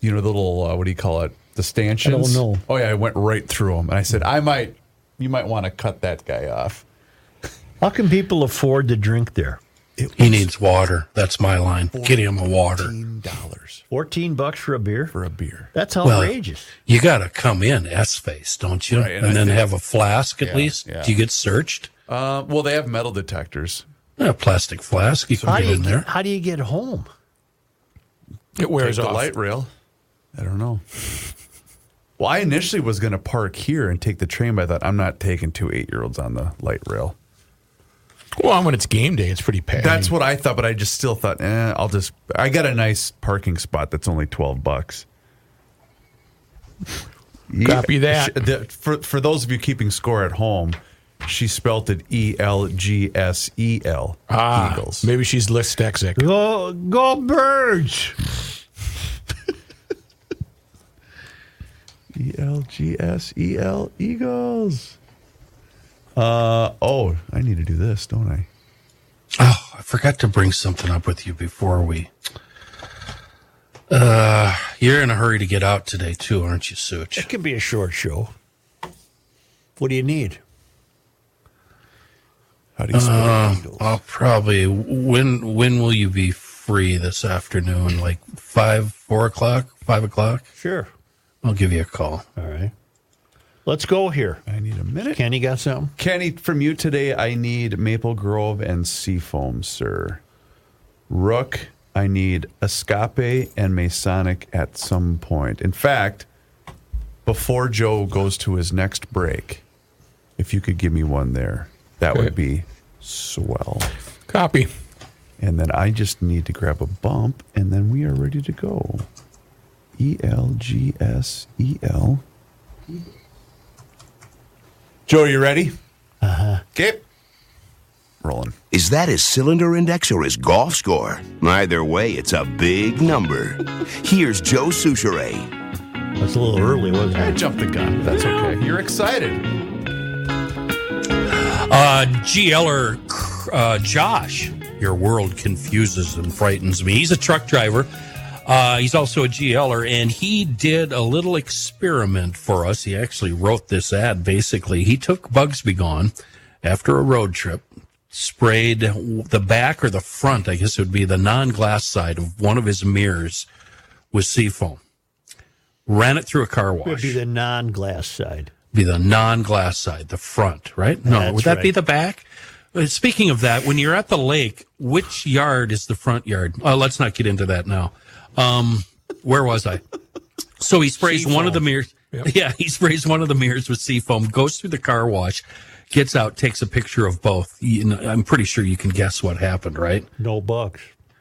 B: you know, the little uh, what do you call it, the stanchions.
C: know.
B: Oh yeah, I went right through him, and I said, I might, you might want to cut that guy off.
C: How can people afford to drink there?
A: He needs water. That's my line. Get him a water.
B: dollars
C: 14 bucks for a beer?
B: for a beer.
C: That's
A: Well,
C: outrageous.
A: You got to come in S face, don't you?
B: Right, and
A: and
B: I
A: then
B: think-
A: have a flask at
B: Yeah,
A: least.
B: yeah.
A: Do you get searched?
B: Uh, well, they have metal detectors.
A: A plastic flask. You
C: how,
A: can
C: do
A: get
C: you
A: in
C: get,
A: there.
C: how do you get home?
E: It wears
B: There's a
E: off.
B: light rail. I don't know. Well, I initially was going to park here and take the train, but I thought I'm not taking two eight year olds on the light rail.
E: Well, when it's game day, it's pretty packed.
B: That's what I thought, but I just still thought, eh, I'll just. I got a nice parking spot that's only twelve bucks. Yeah.
E: Copy that.
B: Sh- the- for for those of you keeping score at home, she spelt it E L G S E L.
E: Ah,
B: Eagles.
E: maybe she's dyslexic.
C: Go, go birds.
B: E L G S E L Eagles. Uh oh, I need to do this, don't I?
A: Oh, I forgot to bring something up with you before we. Uh, you're in a hurry to get out today too, aren't you, Such?
C: It could be a short show. What do you need?
B: How do you spell
A: I'll probably. When when will you be free this afternoon? Like five, four o'clock, five o'clock.
C: Sure.
A: I'll give you a call.
C: All right. Let's go here.
B: I need a minute.
C: Kenny got something?
B: Kenny, from you today, I need Maple Grove and Seafoam, sir. Rook, I need Escape and Masonic at some point. In fact, before Joe goes to his next break, if you could give me one there, that would be swell.
E: Copy.
B: And then I just need to grab a bump, and then we are ready to go. E L G S E L. Joe, you ready? Uh huh. Okay. Rolling.
J: Is that his cylinder index or his golf score? Either way, it's a big number. Here's Joe Souchere.
C: That's a little early, wasn't
B: I
C: it?
B: jumped the gun. That's okay. You're excited.
A: Uh, GLer uh, Josh, your world confuses and frightens me. He's a truck driver. Uh, he's also a GLer, and he did a little experiment for us. He actually wrote this ad. Basically, he took Bugs Be Gone after a road trip, sprayed the back or the front, I guess it would be the non-glass side of one of his mirrors with seafoam. Ran it through a car wash
C: It would be the non glass side.
A: be the non-glass side, the front, right? No,
C: That's
A: would that be
C: right.
A: the back? Uh, Speaking of that, when you're at the lake, which yard is the front yard? Oh, let's not get into that now. Um, where was I? So he sprays one of the mirrors. Yeah, he sprays one of the mirrors with seafoam, goes through the car wash, gets out, takes a picture of both. You know, I'm pretty sure you can guess what happened, right?
C: No bucks.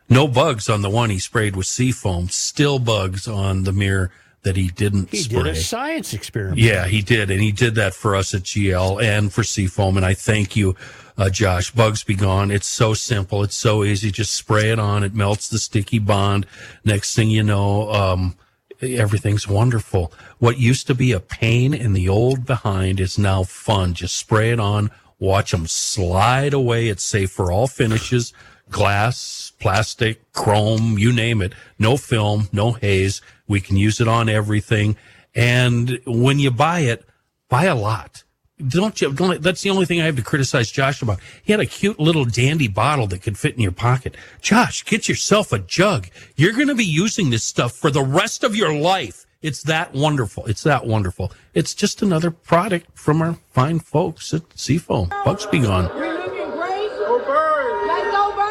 A: No bugs on the one he sprayed with seafoam, still bugs on the mirror that he didn't
C: He
A: spray.
C: did a science experiment.
A: Yeah, he did, and he did that for us at GL and for Seafoam, and I thank you, uh, Josh. Bugs be gone. It's so simple. It's so easy. Just spray it on. It melts the sticky bond. Next thing you know, um, everything's wonderful. What used to be a pain in the old behind is now fun. Just spray it on. Watch them slide away. It's safe for all finishes. Glass, plastic, chrome, you name it. No film, no haze. We can use it on everything. And when you buy it, buy a lot. Don't you? Don't, that's the only thing I have to criticize Josh about. He had a cute little dandy bottle that could fit in your pocket. Josh, get yourself a jug. You're going to be using this stuff for the rest of your life. It's that wonderful. It's that wonderful. It's just another product from our fine folks at Seafoam. Bugs be gone.
I: We looking great. Go birds. Let's go birds.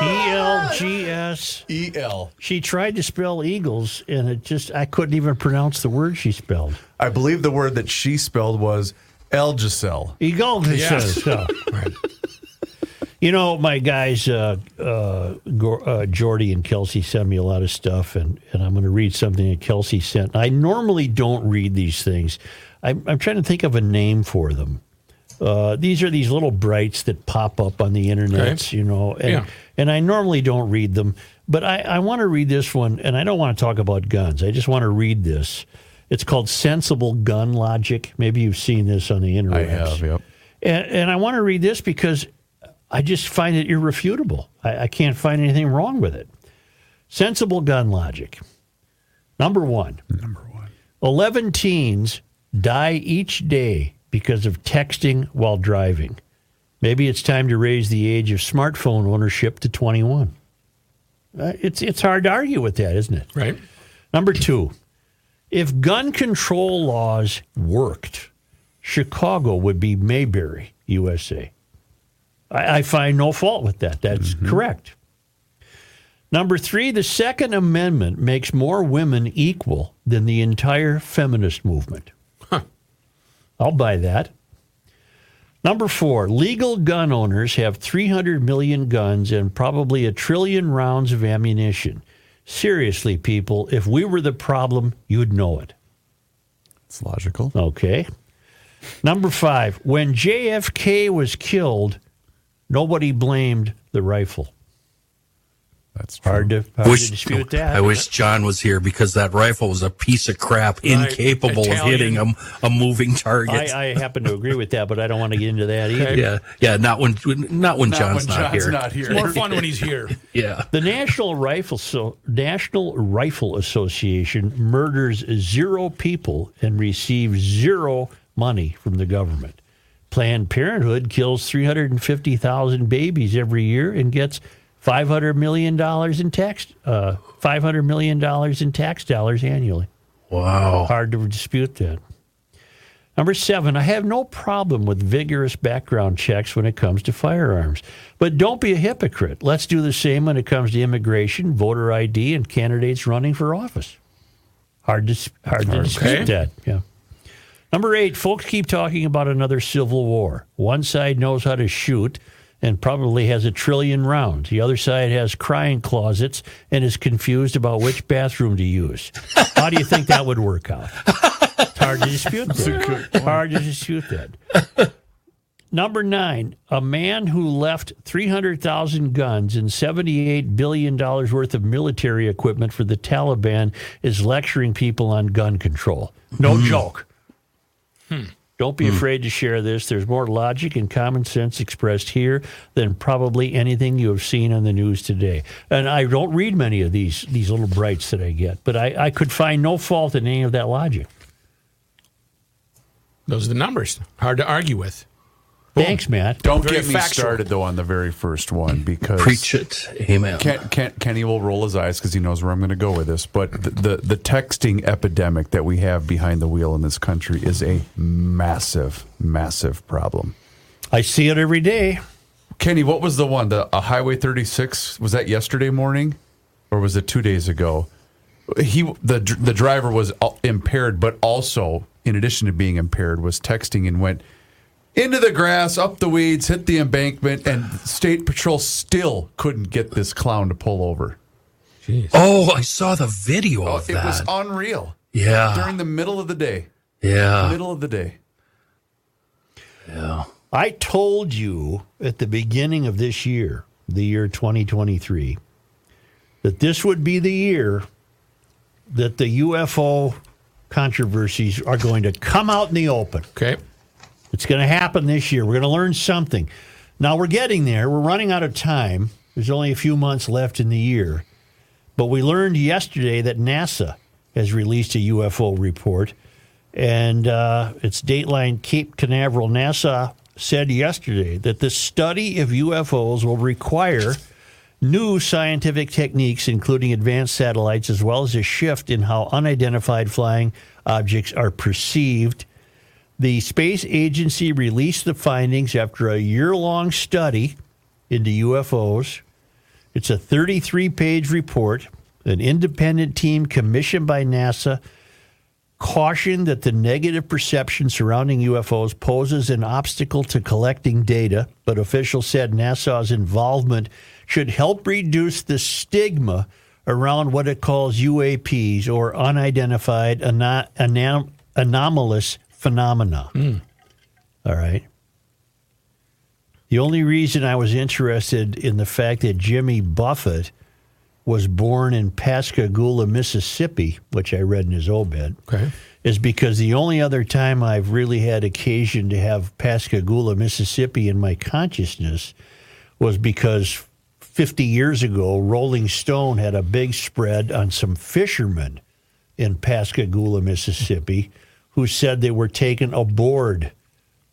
I: E L G S E S Eagles.
C: E ELGS.
B: E L.
C: She tried to spell eagles, and it just, I couldn't even pronounce the word she spelled.
B: I believe the word that she spelled was Elgicel.
C: Eagles.
E: Yes.
C: So. You know, my guys, uh, uh, Gor- uh, Jordy and Kelsey send me a lot of stuff, and, and I'm going to read something that Kelsey sent. I normally don't read these things. I'm, I'm trying to think of a name for them. Uh, these are these little brights that pop up on the internet,
E: Okay.
C: you know, and,
E: Yeah.
C: and I normally don't read them, but I, I want to read this one, and I don't want to talk about guns. I just want to read this. It's called Sensible Gun Logic. Maybe you've seen this on the internet.
B: Yep.
C: And, and I want to read this because I just find it irrefutable. I, I can't find anything wrong with it. Sensible gun logic. Number one. Number one. 11 teens die each day because of texting while driving. Maybe it's time to raise the age of smartphone ownership to 21. Uh, it's, it's hard to argue with that, isn't it?
E: Right.
C: Number two, if gun control laws worked, Chicago would be Mayberry, USA. I, I find no fault with that. That's correct. Number three, the Second Amendment makes more women equal than the entire feminist movement. I'll buy that. Number four, legal gun owners have 300 million guns and probably a trillion rounds of ammunition. Seriously, people, if we were the problem, you'd know it.
B: It's logical.
C: Okay. Number five, when JFK was killed, nobody blamed the rifle.
B: That's true.
C: Hard to, hard to dispute that.
A: I wish John was here because that rifle was a piece of crap, incapable of
E: Italian.
A: hitting a, a moving target.
C: I, I happen to agree with that, but I don't want to get into that either.
A: yeah, yeah. Not when, not when John's
B: when
A: not
B: John's
A: here.
B: not here.
E: It's more fun when he's here.
A: Yeah.
C: The National Rifle so- National Rifle Association murders zero people and receives zero money from the government. Planned Parenthood kills 350,000 babies every year and gets 500 million dollars in tax uh, 500 million dollars in tax dollars annually.
A: Wow.
C: Hard to dispute that. Number seven, I have no problem with vigorous background checks when it comes to firearms. But don't be a hypocrite. Let's do the same when it comes to immigration, voter ID, and candidates running for office. Hard to, hard to dispute that. Yeah. Number eight, folks keep talking about another civil war. One side knows how to shoot and probably has a trillion rounds. The other side has crying closets and is confused about which bathroom to use. How do you think that would work out? It's hard to dispute that. Hard to dispute that. Number nine, a man who left 300,000 guns and $78 billion worth of military equipment for the Taliban is lecturing people on gun control. No joke. Don't be afraid to share this. There's more logic and common sense expressed here than probably anything you have seen on the news today. And I don't read many of these these little brights that I get, but I, I could find no fault in any of that logic.
E: Those are the numbers. Hard to argue with.
C: Thanks, Matt.
B: Don't
E: Very
B: get me
E: factual.
B: started though on the very first one because
A: Preach it. Amen.
B: Ken, Ken, Kenny will roll his eyes because he knows where I'm going to go with this. But the, the the texting epidemic that we have behind the wheel in this country is a massive, massive problem.
C: I see it every day.
B: Kenny, what was the one? The uh, Highway 36 was that yesterday morning, or was it two days ago? He the dr- the driver was uh, impaired, but also in addition to being impaired, was texting and went into the grass, up the weeds, hit the embankment, and state patrol still couldn't get this clown to pull over.
A: Oh, I saw the video
C: Oh,
A: of
B: It was
A: that.
B: unreal
A: yeah.
B: during the middle of the day.
A: yeah.
B: Middle of the day.
C: I told you at the beginning of this year, the year 2023, that this would be the year that the UFO controversies are going to come out in the open.
E: Okay.
C: It's going to happen this year. We're going to learn something. Now we're getting there. We're running out of time. There's only a few months left in the year. But we learned yesterday that NASA has released a UFO report, and uh, its Dateline Cape Canaveral. NASA said yesterday that the study of UFOs will require new scientific techniques, including advanced satellites, as well as a shift in how unidentified flying objects are perceived. The space agency released the findings after a year long study into UFOs. It's a 33 page report, an independent team commissioned by NASA cautioned that the negative perception surrounding UFOs poses an obstacle to collecting data, but officials said NASA's involvement should help reduce the stigma around what it calls UAPs or unidentified ana- anam- anomalous phenomena. All right. The only reason I was interested in the fact that Jimmy Buffett was born in Pascagoula, Mississippi, which I read in his obit,
E: Okay.
C: is because the only other time I've really had occasion to have Pascagoula, Mississippi in my consciousness was because 50 years ago, Rolling Stone had a big spread on some fishermen in Pascagoula, Mississippi, who said they were taken aboard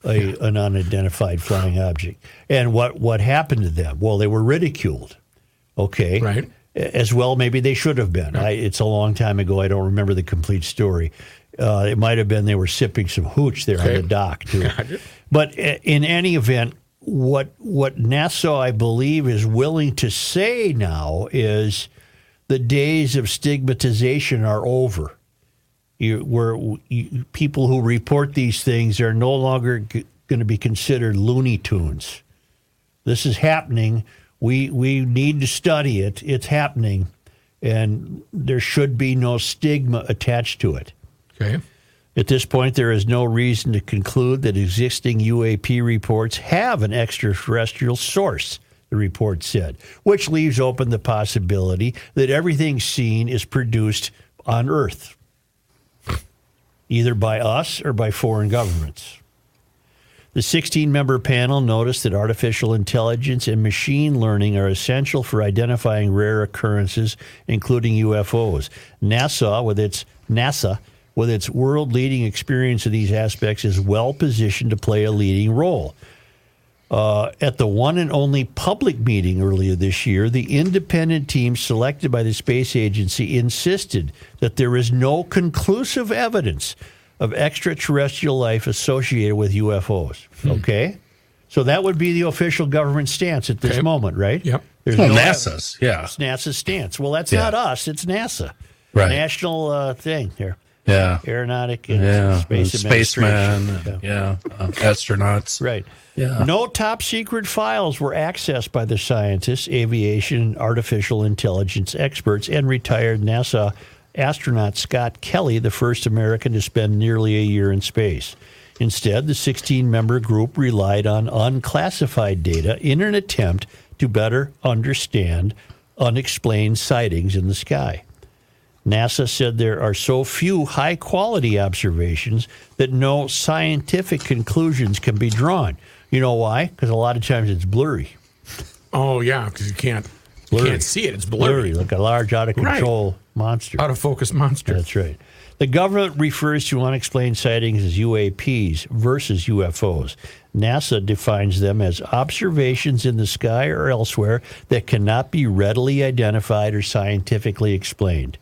C: a, an unidentified flying object. And what, what happened to them? Well, they were ridiculed. Okay.
E: Right.
C: A- As well, maybe they should have been. I, it's a long time ago. I don't remember the complete story. Uh, it might have been they were sipping some hooch there on
E: Okay.
C: the dock, too. But i- in any event, what what NASA I believe is willing to say now is the days of stigmatization are over. You, where you, people who report these things are no longer g- going to be considered Looney Tunes. This is happening. We we need to study it. It's happening, and there should be no stigma attached to it.
E: Okay.
C: At this point, there is no reason to conclude that existing UAP reports have an extraterrestrial source, the report said, which leaves open the possibility that everything seen is produced on Earth, either by us or by foreign governments. The 16 member panel noticed that artificial intelligence and machine learning are essential for identifying rare occurrences, including UFOs. NASA, with its NASA, with its world leading experience of these aspects, is well positioned to play a leading role. Uh, at the one and only public meeting earlier this year, the independent team selected by the space agency insisted that there is no conclusive evidence of extraterrestrial life associated with UFOs.
E: Hmm.
C: Okay? So that would be the official government stance at this
E: Okay.
C: moment, right?
E: Yep.
C: There's
A: Well,
C: no
A: Hmm, NASA's, yeah,
C: evidence. NASA's stance. Well, that's
A: Yeah.
C: not us, it's NASA.
A: Right.
C: National uh, thing here.
A: yeah,
C: Aeronautic and
A: yeah,
C: Space
A: and
C: Administration.
A: spaceman,
C: Yeah.
A: and- yeah, uh, astronauts,
C: Right.
A: Yeah.
C: No top secret files were accessed by the scientists, aviation, and artificial intelligence experts, and retired NASA astronaut Scott Kelly, the first American to spend nearly a year in space. Instead, the 16 member group relied on unclassified data in an attempt to better understand unexplained sightings in the sky. NASA said there are so few high quality observations that no scientific conclusions can be drawn. You know why? Because a lot of times it's blurry.
E: Oh yeah, because you can't you
C: Blurry.
E: can't see it. It's blurry.
C: like a large out of control monster.
E: Out of focus monster.
C: That's right. The government refers to unexplained sightings as UAPs versus UFOs. NASA defines them as observations in the sky or elsewhere that cannot be readily identified or scientifically explained.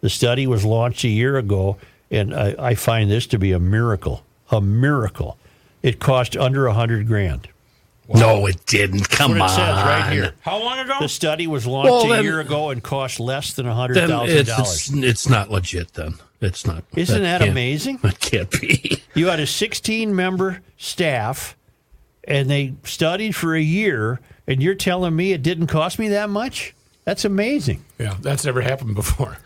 C: The study was launched a year ago, and I, I find this to be a miracle. A miracle. It cost under a hundred grand.
A: No, it didn't. Come
C: That's
A: on,
C: what it says right here.
E: How long ago?
C: The study was launched
A: Well,
C: a
A: then-
C: year ago and cost less than a hundred
A: Then
C: thousand
A: it's,
C: dollars.
A: it's it's not legit. Then it's not.
C: Isn't that
A: can't-
C: amazing?
A: That can't be.
C: You had a 16 member staff and they studied for a year, and you're telling me it didn't cost me that much? That's amazing.
E: Yeah, that's never happened before.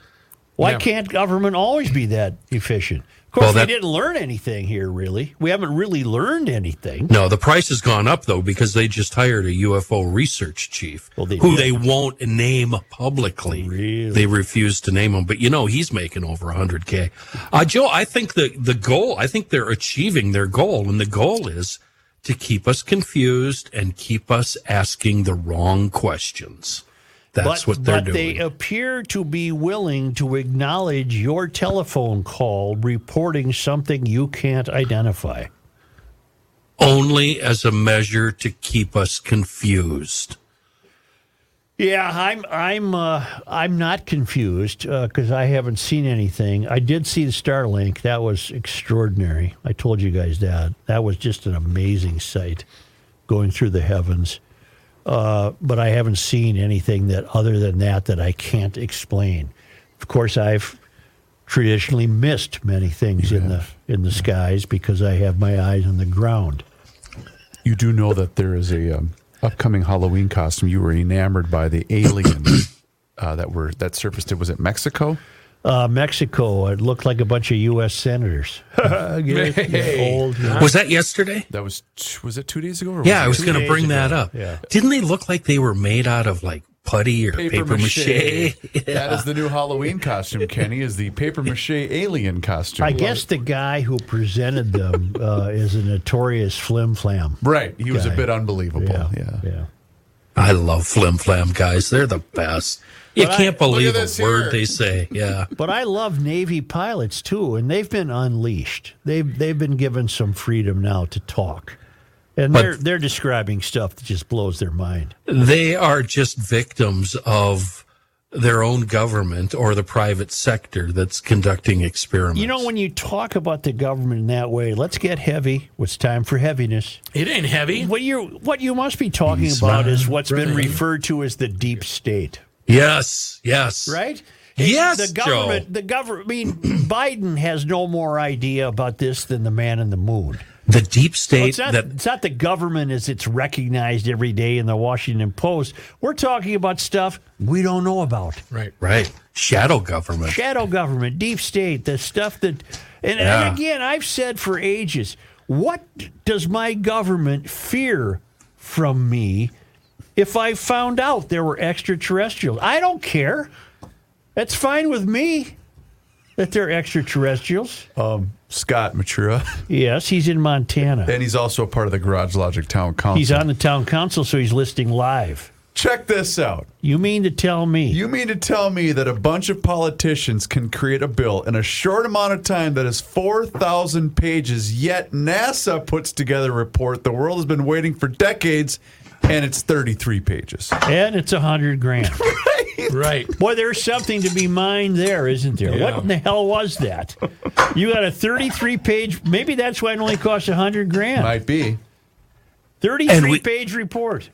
C: Why
E: Never.
C: can't government always be that efficient? Of course,
A: Well, that-
C: we didn't learn anything here, really. We haven't really learned anything.
A: No, the price has gone up though because they just hired a UFO research chief
C: Well, they
A: who
C: did.
A: they won't name publicly.
C: Really?
A: They refuse to name him, but you know he's making over 100k. Uh, Joe, I think the the goal, I think they're achieving their goal, and the goal is to keep us confused and keep us asking the wrong questions. That's
C: but,
A: what they're
C: but
A: doing.
C: they appear to be willing to acknowledge your telephone call reporting something you can't identify.
A: Only as a measure to keep us confused.
C: Yeah, I'm I'm uh, I'm not confused because I haven't seen anything. I did see the Starlink. That was extraordinary. I told you guys that. That was just an amazing sight, going through the heavens. Uh, but I haven't seen anything that other than that that I can't explain. Of course, I've traditionally missed many things in the in the skies because I have my eyes on the ground.
B: You do know that there is a um, upcoming Halloween costume you were enamored by the alien uh, that were that surfaced. It was it Mexico?
C: Uh, Mexico, it looked like a bunch of U.S. senators. Get it? Get old, you know.
A: Was that yesterday?
B: That was t- was it two days ago? Or
A: Yeah, I
B: it
A: was going to
C: days
A: bring that
C: ago.
A: up.
C: Yeah.
A: Didn't they look like they were made out of like putty or paper, mache?
B: That is the new Halloween costume. Kenny is the paper mache alien costume.
C: I guess the guy who presented them uh, is a notorious flim flam.
B: right. He was a
C: guy.
B: bit unbelievable. Yeah.
C: yeah.
A: I love flim flam guys. They're the best. You
C: But I-
A: can't believe a
B: this
A: word
B: here.
A: they say. Yeah.
C: But I love Navy pilots too, and they've been unleashed. They've they've been given some freedom now to talk, and
A: But-
C: they're they're describing stuff that just blows their mind.
A: they are just victims of their own government or the private sector that's conducting experiments.
C: You know, when you talk about the government in that way, let's get heavy. It's time for heaviness.
E: It ain't heavy.
C: What you what you must be talking
A: He's
C: about
A: my
C: is what's
A: brother.
C: been referred to as the deep state,
A: yes, yes,
C: right?
A: Yes,
C: the government.
A: Joe.
C: The government. I mean, Biden has no more idea about this than the man in the moon.
A: The deep
C: Well,
A: state
C: it's, not,
A: that
C: it's not the government as it's recognized every day in the Washington Post. We're talking about stuff we don't know about.
E: Right.
A: right shadow government.
C: Shadow government, deep state, the stuff that. And,
A: Yeah.
C: and again, I've said for ages what does my government fear from me if I found out there were extraterrestrials? I don't care. That's fine with me that they're extraterrestrials.
B: Scott Matura,
C: Yes, he's in Montana.
B: and he's also part of the Garage Logic Town Council.
C: He's on the town council, so he's listening live.
B: Check this out.
C: You mean to tell me
B: You mean to tell me that a bunch of politicians can create a bill in a short amount of time that is 4,000 pages, yet NASA puts together a report the world has been waiting for decades and it's 33 pages?
C: and it's a hundred grand?
E: Right.
C: Boy, there's something to be mined there, isn't there?
E: Yeah.
C: What in the hell was that? You got a 33 page. Maybe that's why it only cost a hundred grand.
B: Might be.
C: 33
A: we-
C: page report.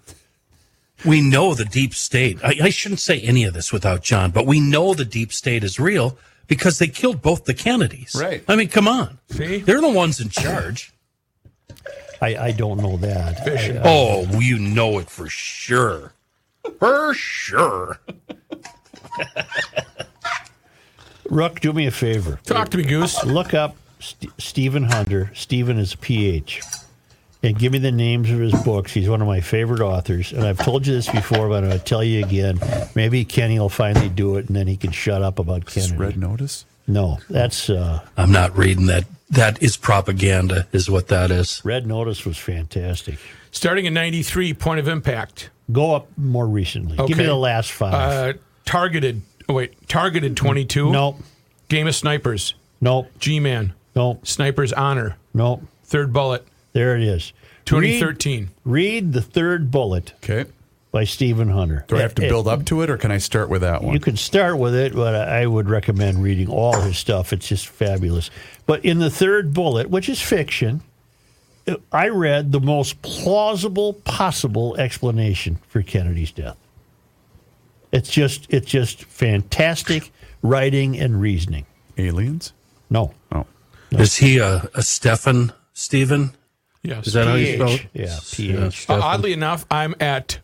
A: We know the deep state. I, I shouldn't say any of this without John, but we know the deep state is real because they killed both the Kennedys.
B: Right.
A: I mean, come on.
E: See?
A: They're the ones in charge.
C: I, I don't know that. I-
A: Oh, well, you know it for sure. For sure.
C: Rook, do me a favor.
E: Talk to me, Goose.
C: Look up St- Stephen Hunter. Stephen is a PH. And give me the names of his books. He's one of my favorite authors. And I've told you this before, but I'm going to tell you again. Maybe Kenny will finally do it, and then he can shut up about
B: It's
C: Kennedy.
B: red notice.
C: No, that's uh,
A: I'm not reading that. That is propaganda, is what that is.
C: Red Notice was fantastic.
E: Starting in 93, point of impact.
C: Go up more recently. Give me
E: Okay.
C: the last five.
E: Uh, targeted. Oh, wait. Targeted 22.
C: nope,
E: Game of Snipers.
C: nope,
E: G Man.
C: nope,
E: Sniper's Honor.
C: nope.
E: Third Bullet.
C: There it is. Read-
E: 2013.
C: Read, the third bullet
B: Okay.
C: by Stephen Hunter.
B: Do I have to build up to it or can I start with that
C: You
B: one?
C: can start with it, but I would recommend reading all his stuff. It's just fabulous. But in the third bullet, which is fiction, I read the most plausible possible explanation for Kennedy's death. It's just it's just fantastic writing and reasoning.
B: Aliens?
C: No.
B: Oh.
A: Is he a, a Stefan Stephen?
E: Yes.
A: Is that how you spell it?
C: Yeah,
A: Yeah,
C: PH.
E: Uh,
A: Stefan.
E: oddly enough, I'm at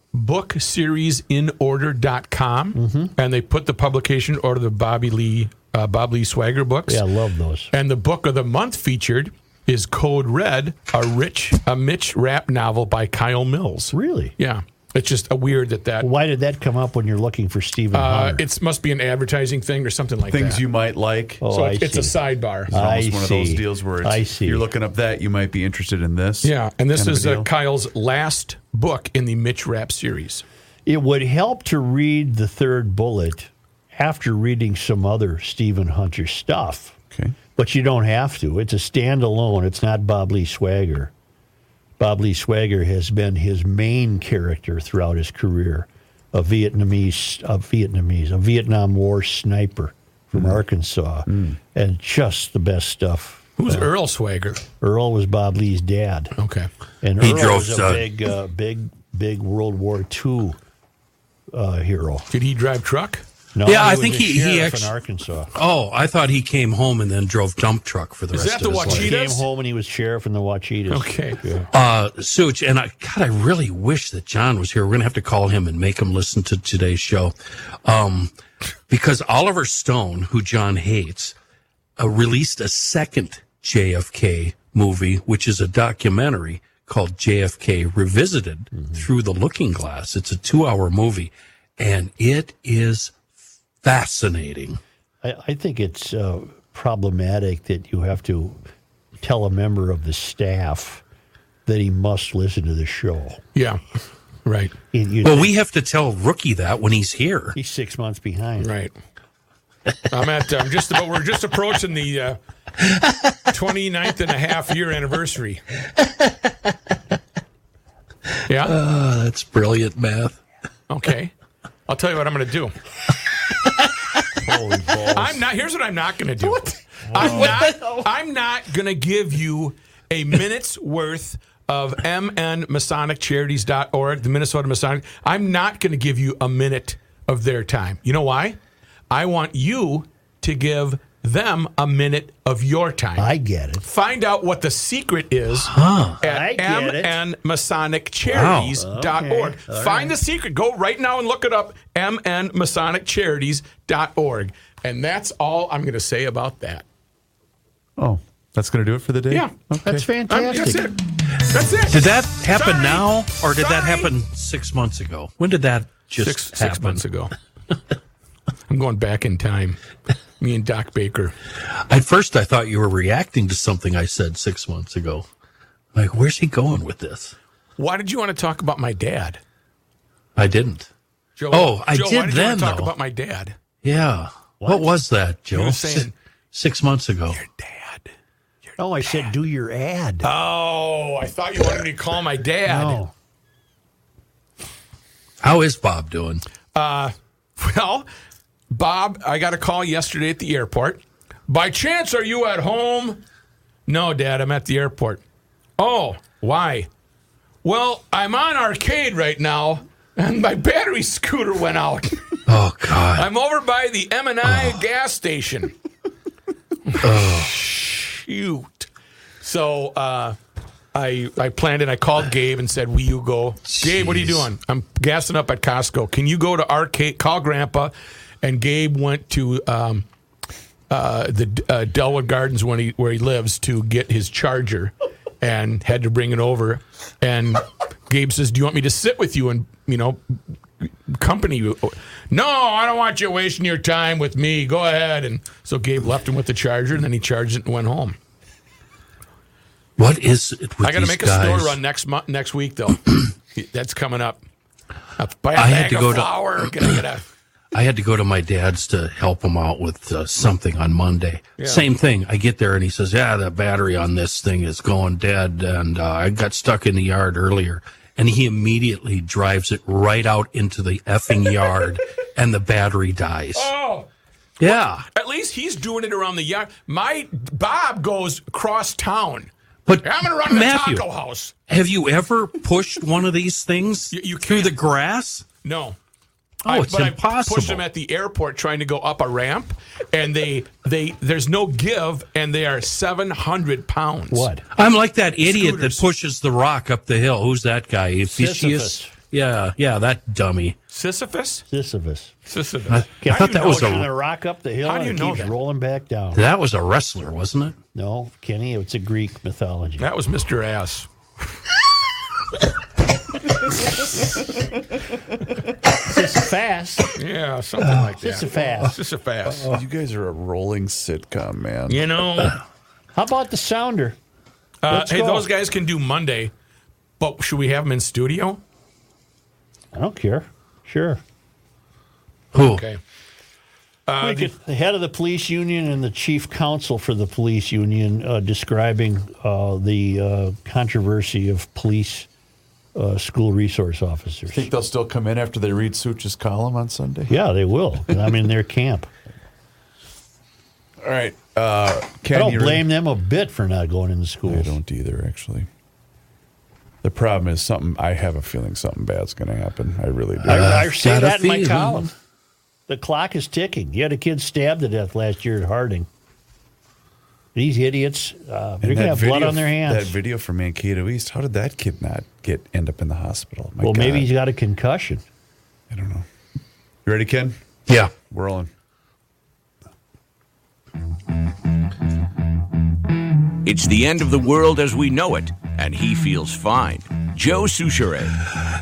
E: bookseriesinorder.com,
C: Mm-hmm.
E: and they put the publication order the Bobby Lee uh, Bob Lee Swagger books.
C: Yeah, I love those.
E: And the book of the month featured is Code Red, a rich a Mitch Rapp novel by Kyle Mills.
C: Really?
E: Yeah, it's just a weird that that
C: Why did that come up when you're looking for Stephen
E: uh,
C: Hunter?
E: it must be an advertising thing or something like
B: Things
E: that.
B: you might like.
C: Oh,
E: so
C: I
E: it's, it's a
C: see. Uh,
E: sidebar.
B: It's almost
C: I
B: one of those
C: see.
B: deals where it's,
C: I see.
B: you're looking up that, you might be interested in this.
E: yeah, and this
B: Kind of
E: is
B: a
E: uh,
B: deal.
E: Kyle's last book in the Mitch Rapp series.
C: It would help to read the third bullet after reading some other Stephen Hunter stuff,
B: Okay.
C: but you don't have to. It's a standalone. It's not Bob Lee Swagger. Bob Lee Swagger has been his main character throughout his career, a Vietnamese, a Vietnamese, a Vietnam War sniper from
E: Hmm.
C: Arkansas, and just the best stuff.
E: Who's Earl Swagger?
C: Earl was Bob Lee's dad.
E: Okay.
C: And
A: He
C: Earl
A: drove
C: was a
A: the-
C: big, uh, big, big World War II uh, hero.
E: Did he drive truck?
C: No,
A: Yeah, I
C: was
A: think
C: a
A: he- he
C: sheriff
A: actu-
C: in Arkansas.
A: Oh, I thought he came home and then drove dump truck for the
E: Is
A: rest
E: that
A: of
E: the
A: his
C: He
E: He
A: life.
E: Wachita?
C: came
E: does?
C: home and he was sheriff in the Wachitas.
E: Okay.
A: Uh, Such, and I, God, I really wish that John was here. We're gonna have to call him and make him listen to today's show, um, because Oliver Stone, who John hates, uh, released a second JFK movie, which is a documentary called JFK Revisited through the Looking Glass. It's a two-hour movie, and it is fascinating.
C: I, I think it's uh, problematic that you have to tell a member of the staff that he must listen to the show.
E: Yeah. Right.
C: You- you-
A: Well, we have to tell Rookie that when he's here.
C: he's six months behind.
E: Right. I'm at. I'm just about. We're just approaching the uh, 29th and a half year anniversary. Yeah.
A: Oh, That's brilliant math.
E: Okay. I'll tell you what I'm going to do.
C: Holy balls.
E: I'm not. Here's what I'm not going to do. I'm not. I'm not going to give you a minute's worth of mnmasoniccharities.org, the Minnesota Masonic. I'm not going to give you a minute of their time. You know why? I want you to give them a minute of your time.
C: I get it.
E: Find out what the secret is
C: I
E: at
C: get it.
E: mnmasoniccharities.org. org.
C: Okay. All
E: Find the secret. Go right now and look it up, mnmasoniccharities.org. And that's all I'm going to say about that.
B: Oh, that's going to do it for the day?
E: Yeah.
C: That's
E: I'm- that's
C: fantastic.
E: it. That's it.
A: Did that happen
E: Sorry.
A: now, or did that
E: Sorry.
A: happen six months ago? When did that just
E: Six,
A: happen?
E: six months ago. I'm going back in time. Me and Doc Baker.
A: At first, I thought you were reacting to something I said six months ago. Like, where's he going with this?
E: Why did you want to talk about my dad?
A: I didn't.
E: Joe,
A: Oh, I
E: Joe,
A: did
E: why did you
A: then,
E: want to talk
A: though.
E: about my dad?
A: Yeah. What, was that, Joe?
E: were
A: Si-
E: saying-
A: six months ago.
E: Dad.
C: Oh, I said, do your ad.
E: Oh, I thought you wanted me to call my dad.
C: no.
A: How is Bob doing?
E: Well, Bob, I got a call yesterday at the airport. By chance, are you at home? No, Dad, I'm at the airport. Oh, why? Well, I'm on arcade right now, and my battery scooter went out.
A: Oh God. Oh.
E: I'm over by the M and I gas station. Oh. Shoot. So uh, I I planned it. I called Gabe and said, "Will you go, Gabe? What are you
A: Jeez.
E: doing? I'm gassing up at Costco. Can you go to arcade? Call Grandpa." And Gabe went to um, uh, the uh, Delwood Gardens when he where he lives to get his charger, and had to bring it over. And Gabe says, "Do you want me to sit with you and you know company. No, I don't want you wasting your time with me. Go ahead. And so Gabe left him with the charger, and then he charged it and went home.
A: What is it with
E: I got to
A: these
E: make a
A: guys?
E: store run next month, next week though. That's coming up. I'll buy a
A: I had
E: bag
A: to
E: of
A: go to-
E: flour. Gonna get a-
A: I had to go to my dad's to help him out with uh, something on Monday. Same thing. I get there and he says, "Yeah, the battery on this thing is going dead, and uh, I got stuck in the yard earlier." And he immediately drives it right out into the effing yard, and the battery dies.
E: oh,
A: Yeah,
E: at least he's doing it around the yard. My Bob goes across town.
A: but
E: I'm gonna run to the
A: Matthew,
E: taco house.
A: have you ever pushed one of these things
E: You- you
A: through
E: can't.
A: the grass?
E: No.
A: Oh, it's
E: but I pushed
A: impossible.
E: them at the airport trying to go up a ramp, and they they there's no give, and they are seven hundred pounds.
C: What?
A: I'm like that idiot
E: Scooters.
A: that pushes the rock up the hill. Who's that guy? Ephesus.
C: Sisyphus.
A: Yeah, yeah, that dummy.
E: Sisyphus?
C: Sisyphus.
E: Sisyphus.
A: I thought that was
C: Pushing
A: a
C: the rock up the hill
E: How do you
C: and it
E: know
C: keeps
E: that?
C: rolling back down.
A: that was a wrestler, wasn't it?
C: No, Kenny, it's a Greek mythology.
E: That was Mr. Ass.
C: It's fast.
E: Yeah, something like that.
C: Sisyphus.
E: Sisyphus.
B: You guys are a rolling sitcom, man.
E: You know,
C: How about the sounder?
E: uh,
C: Let's
E: hey,
C: go.
E: those guys can do Monday, but should we have them in studio?
C: I don't care. Sure.
A: Who?
E: Okay.
C: We could- the head of the police union and the chief counsel for the police union uh, describing uh, the uh, controversy of police uh, school resource officers.
B: Think they'll still come in after they read Such's column on Sunday?
C: Yeah, they will. 'cause I'm in their camp.
B: All right. Uh, Ken,
C: I don't
B: you're in-
C: blame them a bit for not going into
B: I
C: schools.
B: don't either, actually. The problem is something. I have a feeling something bad's going to happen. I really do.
C: I, I say
A: Got a
C: that in my
A: feeling.
C: column. The clock is ticking. You had a kid stabbed to death last year at Harding. These idiots, uh, they're going to
B: that
C: have blood
B: video-
C: on their hands.
B: That video from Mankato East. How did that kid not get end up in the hospital? My
C: well, maybe
B: God.
C: he's got a concussion.
B: I don't know. You ready, Ken?
A: Yeah.
B: We're on.
K: It's the end of the world as we know it, and he feels fine. Joe Souchere.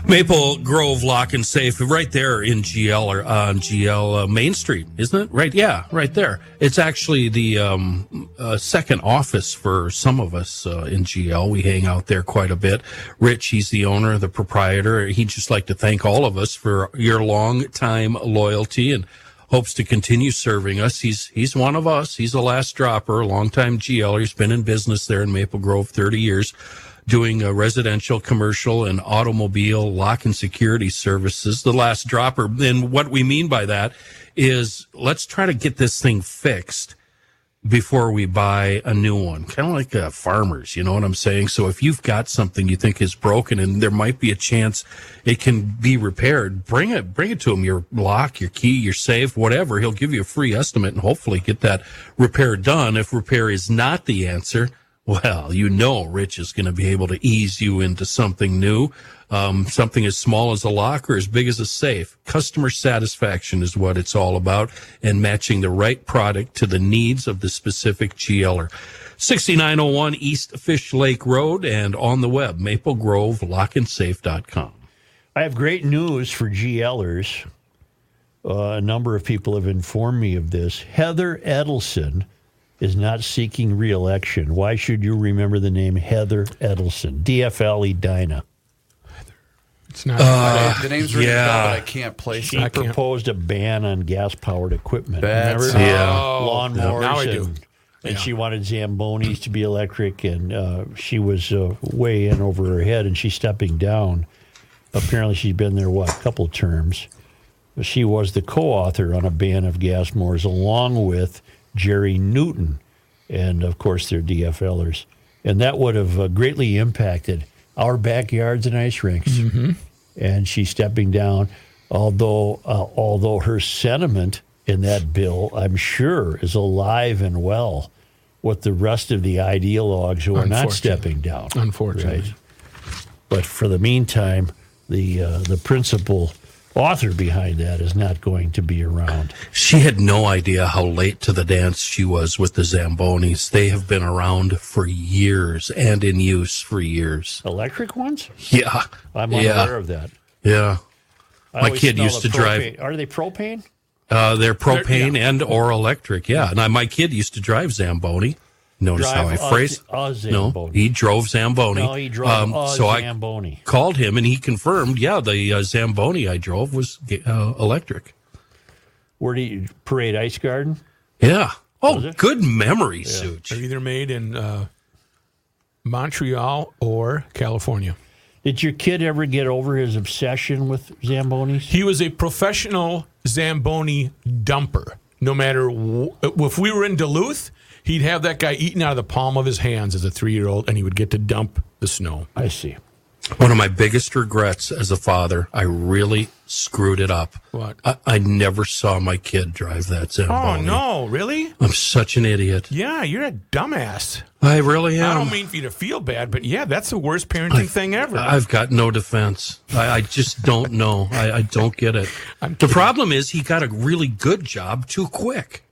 A: Maple Grove Lock and Safe, right there in GL or on GL uh, Main Street, isn't it? Right, yeah, right there. It's actually the um, uh, second office for some of us uh, in GL. We hang out there quite a bit. Rich, he's the owner, the proprietor. He'd just like to thank all of us for your long time loyalty and hopes to continue serving us. He's he's one of us. He's the last dropper, a longtime GL. He's been in business there in Maple Grove 30 years, doing uh, residential, commercial, and automobile lock and security services. The last dropper. And what we mean by that is let's try to get this thing fixed before we buy a new one. Kind of like uh, farmers, you know what I'm saying? So if you've got something you think is broken and there might be a chance it can be repaired, bring it, bring it to him. Your lock, your key, your safe, whatever. He'll give you a free estimate and hopefully get that repair done. If repair is not the answer, well, you know, Rich is going to be able to ease you into something new, um, something as small as a lock or as big as a safe. Customer satisfaction is what it's all about and matching the right product to the needs of the specific GLer. 6901 East Fish Lake Road and on the web, maplegrovelockandsafe.com.
C: I have great news for GLers. Uh, a number of people have informed me of this. Heather Edelson is not seeking reelection. Why should you remember the name Heather Edelson? DFL Edina.
E: It's not.
B: Uh, the name's ringing yeah.
A: yeah.
B: but I can't place
C: She
B: it.
E: can't-
C: proposed a ban on gas powered equipment.
B: That's-
C: remember?
A: Yeah.
C: Lawnmowers.
E: Now I do.
C: And, and she wanted Zambonis to be electric, and uh, she was uh, way in over her head, and she's stepping down. Apparently, she's been there, what, a couple terms. She was the co author on a ban of gas mowers along with Jerry Newton and, of course, their DFLers. And that would have uh, greatly impacted our backyards and ice rinks and she's stepping down. Although, uh, although her sentiment in that bill, I'm sure, is alive and well with the rest of the ideologues who are not
E: Unfortunately.
C: stepping down.
E: Unfortunately.
C: But for the meantime, the uh, the principal author behind that is not going to be around.
A: She had no idea how late to the dance she was with the Zambonis. They have been around for years and in use for years.
C: Electric ones?
A: Yeah.
C: I'm
A: yeah.
C: unaware of that.
A: Yeah.
C: I
A: My
C: always
A: kid
C: smell
A: used
C: the
A: to drive-
C: propane. Are they propane?
A: Uh, they're propane and or electric. Yeah. And I, my kid used to drive Zamboni. Notice
C: Mm-hmm. Drive
A: how I
C: a-
A: phrase.
C: a
A: No,
C: Zamboni.
A: he drove Zamboni.
C: No, he drove
A: Um,
C: a
A: so
C: Zamboni.
A: I called him and he confirmed, yeah, the uh, Zamboni I drove was uh, electric.
C: Where do you parade ice garden?
A: Yeah. Oh, good memory, Such.
E: They're either made in uh, Montreal or California.
C: Did your kid ever get over his obsession with Zambonis?
E: He was a professional Zamboni dumper. No matter wh- if we were in Duluth, he'd have that guy eating out of the palm of his hands as a three-year-old, and he would get to dump the snow.
C: I see.
A: One of my biggest regrets as a father, I really screwed it up.
E: What?
A: I, I never saw my kid drive that
C: Oh,
A: Zamboni.
E: no, really?
A: I'm such an idiot.
E: Yeah, you're a dumbass.
A: I really am.
E: I don't mean for you to feel bad, but yeah, that's the worst parenting thing ever.
A: I've got no defense. I, I just don't know. I, I don't get it. The problem is he got a really good job too quick.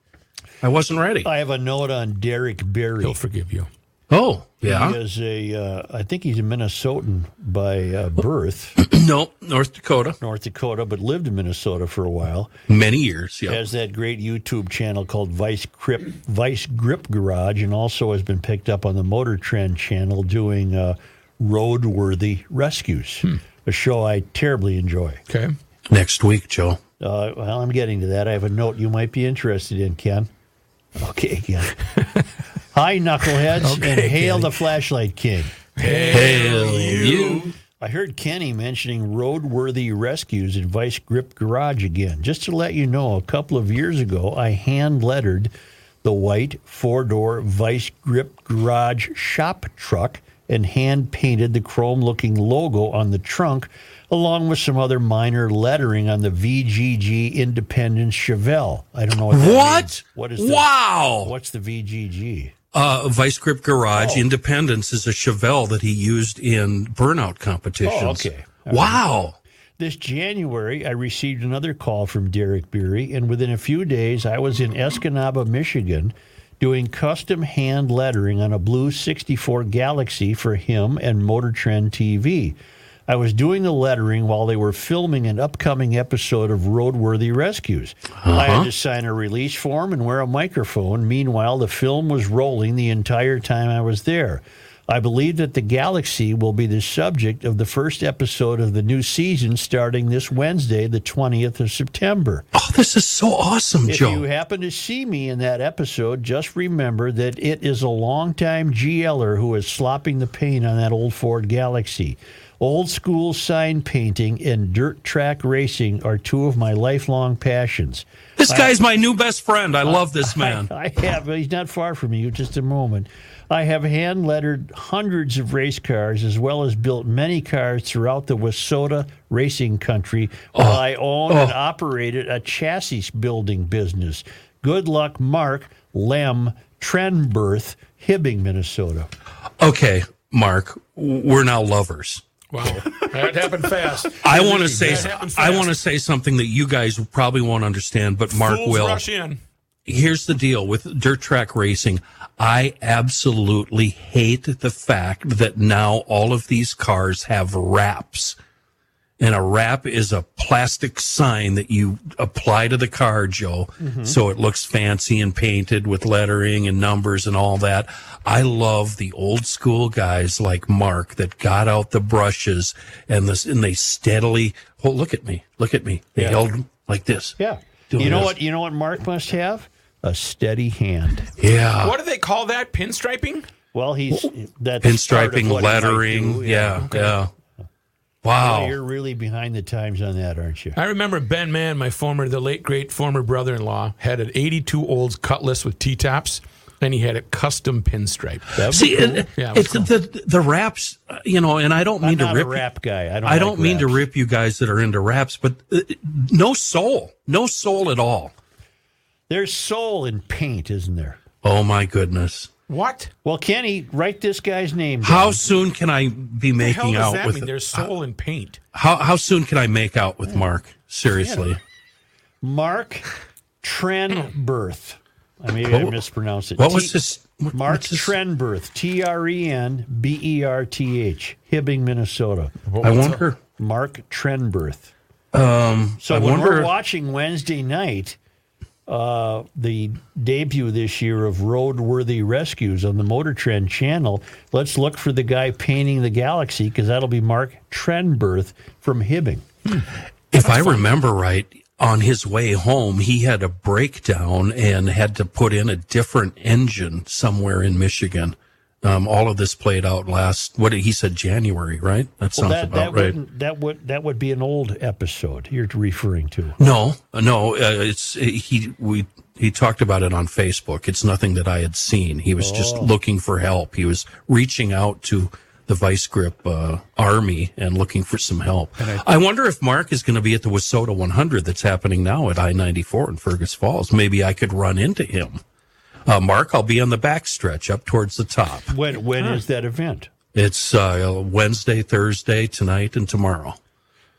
A: I wasn't ready.
C: I have a note on Derek Berry.
E: He'll forgive you.
A: Oh,
C: He
A: yeah.
C: is a, uh, I think he's a Minnesotan by uh, birth,
A: No, North Dakota.
C: North Dakota, but lived in Minnesota for a while.
A: Many years. Yeah.
C: Has that great YouTube channel called Vice Grip, Vice Grip Garage, and also has been picked up on the Motor Trend channel doing uh, roadworthy rescues, a show I terribly enjoy.
E: Okay.
A: Next week, Joe.
C: Uh, well, I'm getting to that. I have a note you might be interested in, Ken. Okay, Ken. Hi, knuckleheads, and hail the flashlight king.
A: Hail you.
C: I heard Kenny mentioning roadworthy rescues in Vice Grip Garage again. Just to let you know, a couple of years ago, I hand lettered the white four door Vice Grip Garage shop truck and hand painted the chrome looking logo on the trunk, along with some other minor lettering on the VGG Independence Chevelle. I don't know what that
A: What?
C: means. What is the,
A: Wow.
C: What's the VGG?
A: Uh, Vice Grip
C: Oh.
A: Garage Independence is a Chevelle that he used in burnout competitions.
C: Oh, okay.
A: Wow.
C: This January, I received another call from Derek Beery, and within a few days, I was in Escanaba, Michigan, doing custom hand lettering on a blue 64 Galaxy for him and Motor Trend TV. I was doing the lettering while they were filming an upcoming episode of Roadworthy Rescues. I had to sign a release form and wear a microphone. Meanwhile, the film was rolling the entire time I was there. I believe that the galaxy will be the subject of the first episode of the new season starting this Wednesday, the 20th of September.
A: Oh, this is so awesome,
C: If
A: Joe.
C: you happen to see me in that episode, just remember that it is a longtime GLer who is slopping the paint on that old Ford Galaxy. Old school sign painting and dirt track racing are two of my lifelong passions.
A: this guy's my new best friend. I love this man.
C: I have. He's not far from you. Just a moment. I have hand lettered hundreds of race cars, as well as built many cars throughout the Wasota racing country, while
A: Oh.
C: I owned and operated a chassis building business. Good luck, Mark Lem Trenberth, Hibbing, Minnesota.
A: Okay, Mark, w- we're now lovers.
E: Wow, that happened fast.
A: I want to say
E: That happened
A: I
E: fast.
A: want to say something that you guys probably won't understand, but Mark
E: Fools
A: will.
E: rush in.
A: here's the deal with dirt track racing. I absolutely hate the fact that now all of these cars have wraps. And a wrap is a plastic sign that you apply to the car, Joe. So it looks fancy and painted with lettering and numbers and all that. I love the old school guys like Mark that got out the brushes and this, and they steadily, oh, look at me, look at me. They held like this.
C: Yeah.
A: Doing
C: you know
A: this.
C: what? You know what Mark must have a steady hand.
A: Yeah.
E: What do they call that? Pinstriping?
C: Well, he's that's part of
A: pinstriping,
C: what he might
A: lettering.
C: do,
A: yeah, yeah.
C: Boy,
A: Wow.
C: You're really behind the times on that, aren't you?
E: I remember Ben Mann, my former, the late great former brother-in-law, had an '82 Olds Cutlass with T-tops, and he had it custom pinstriped.
A: See, it,
E: Yeah, it was
A: it's the the raps, uh, you know, and I don't mean
C: I'm not
A: to rip.
C: a rap guy. I don't.
A: I don't
C: like
A: mean to
C: raps.
A: rip you guys that are into raps, but uh, no soul, no soul at all.
C: There's soul in paint, isn't there?
A: Oh my goodness!
E: What
C: Well, Kenny, write this guy's name. down.
A: How soon can I be
E: the hell
A: making
E: does
A: out
E: that
A: with?
E: mean? There's soul in paint.
A: how how soon can I make out with Mark? Seriously,
C: Mark Trenberth. I maybe I mispronounced it.
A: what
C: T-
A: was this? what-
C: Mark
A: what's this?
C: Trenberth. T R E N B E R T H. Hibbing, Minnesota.
A: I wonder.
C: Mark Trenberth. Um, so
A: I
C: when we're
A: wonder-
C: watching Wednesday night, uh, the debut this year of Roadworthy Rescues on the Motor Trend channel, let's look for the guy painting the galaxy because that'll be Mark Trenberth from Hibbing.
A: If I remember right, on his way home, he had a breakdown and had to put in a different engine somewhere in Michigan. Um, all of this played out last. What did he said? January, right? That sounds
C: that that
A: about right.
C: wouldn't that would that would be an old episode you're referring to.
A: No, no, uh, it's he. We he talked about it on Facebook. It's nothing that I had seen. He was just looking for help. He was reaching out to the Vice Grip uh, Army and looking for some help. I, wonder if Mark is going to be at the Wasota 100 that's happening now at I 94 in Fergus Falls. Maybe I could run into him. Uh, Mark, I'll be on the back stretch up towards the top.
C: When when is that event?
A: It's uh, Wednesday, Thursday, tonight, and tomorrow.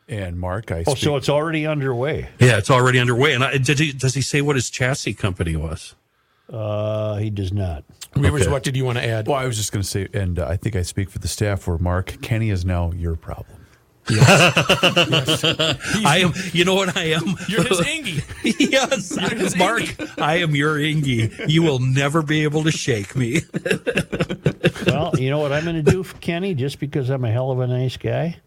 B: And Mark, I
C: Oh,
B: speak.
C: so it's already underway.
A: Yeah, it's already underway. And I, did he, does he say what his chassis company was?
C: Uh, he does not.
E: Reavers, what did you want to add?
B: well, I was just going to say, and uh, I think I speak for the staff. Where Mark Kenny is now your problem.
A: I am. You know what I am?
E: You're his Ingy.
A: yes,
E: his
A: Mark. I am your Ingy. You will never be able to shake me.
C: Well, you know what I'm going to do, for Kenny? Just because I'm a hell of a nice guy,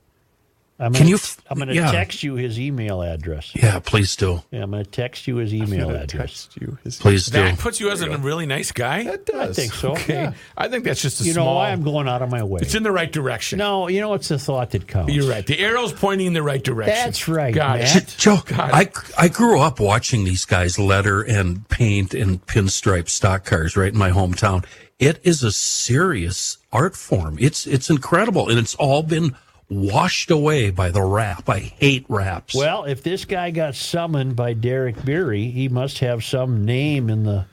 C: I'm
A: Can
C: gonna-
A: you f-
C: I'm going to
A: yeah.
C: text you his email address.
A: Yeah, please do.
C: Yeah, I'm going to text you his email address.
B: Text you. Is-
A: Please do.
E: That puts you as a really nice guy.
B: That does.
C: I think so.
E: Okay.
C: yeah.
E: I think that's just a
C: You know
E: small.
C: why I'm going out of my way?
E: it's in the right direction.
C: no, you know it's the thought that counts.
E: You're right. The arrow's pointing in the right direction.
C: That's right,
E: Got
C: Matt.
E: it.
A: J- Joe,
E: God.
A: I I grew up watching these guys letter and paint and pinstripe stock cars right in my hometown. It is a serious art form. It's it's incredible, and it's all been washed away by the rap. I hate raps.
C: Well, if this guy got summoned by Derek Beery, he must have some name in the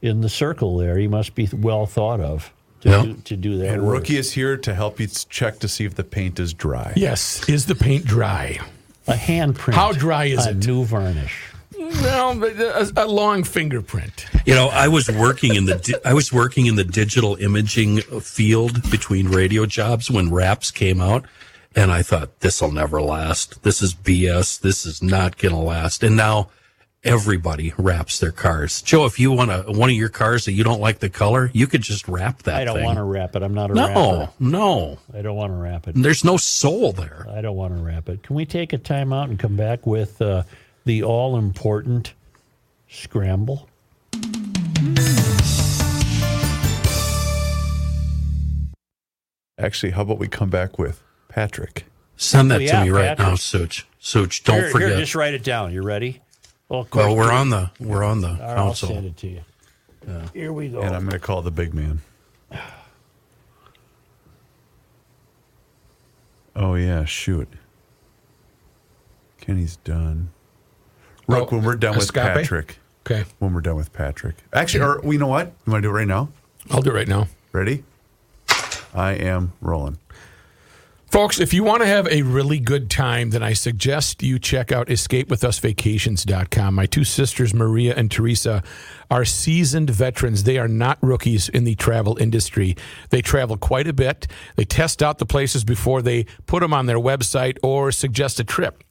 C: in the circle there. He must be well thought of to,
A: Yeah.
C: do, to do that.
B: And
C: work.
B: Rookie is here to help you check to see if the paint is dry.
E: Yes. Is the paint dry?
C: a handprint.
E: How dry is
C: on
E: it?
C: New varnish.
E: Well, but uh, a, a long fingerprint.
A: You know, I was working in the di- I was working in the digital imaging field between radio jobs when raps came out, and I thought this will never last. This is BS. This is not going to last. And now everybody wraps their cars. Joe, if you want a one of your cars that you don't like the color, you could just wrap that.
C: I don't
A: thing.
C: want to wrap it. I'm not a
A: No,
C: rapper.
A: no.
C: I don't want to wrap it.
A: There's no soul there.
C: I don't want to wrap it. Can we take a time out and come back with uh, the all important scramble?
B: Actually, how about we come back with Patrick?
A: Send that
C: Oh,
A: to
C: yeah,
A: me right
C: Patrick.
A: now, Such. Such, don't
C: Here-
A: forget.
C: Here, just write it down. You ready? Well, of course,
A: well, we're on the we're on the
C: All right, I'll
A: council.
C: send it to you. Here we go.
B: And I'm going to call the big man. Oh, yeah, shoot. Kenny's done. Rook,
E: Oh,
B: when we're done with
E: Escape?
B: Patrick.
E: Okay.
B: When we're done with Patrick. Actually, or we know what? You want to do it right now?
E: I'll do it right now.
B: Ready? I am rolling.
E: Folks, if you want to have a really good time, then I suggest you check out escapewithusvacations.com. My two sisters, Maria and Teresa, are seasoned veterans. They are not rookies in the travel industry. They travel quite a bit. They test out the places before they put them on their website or suggest a trip.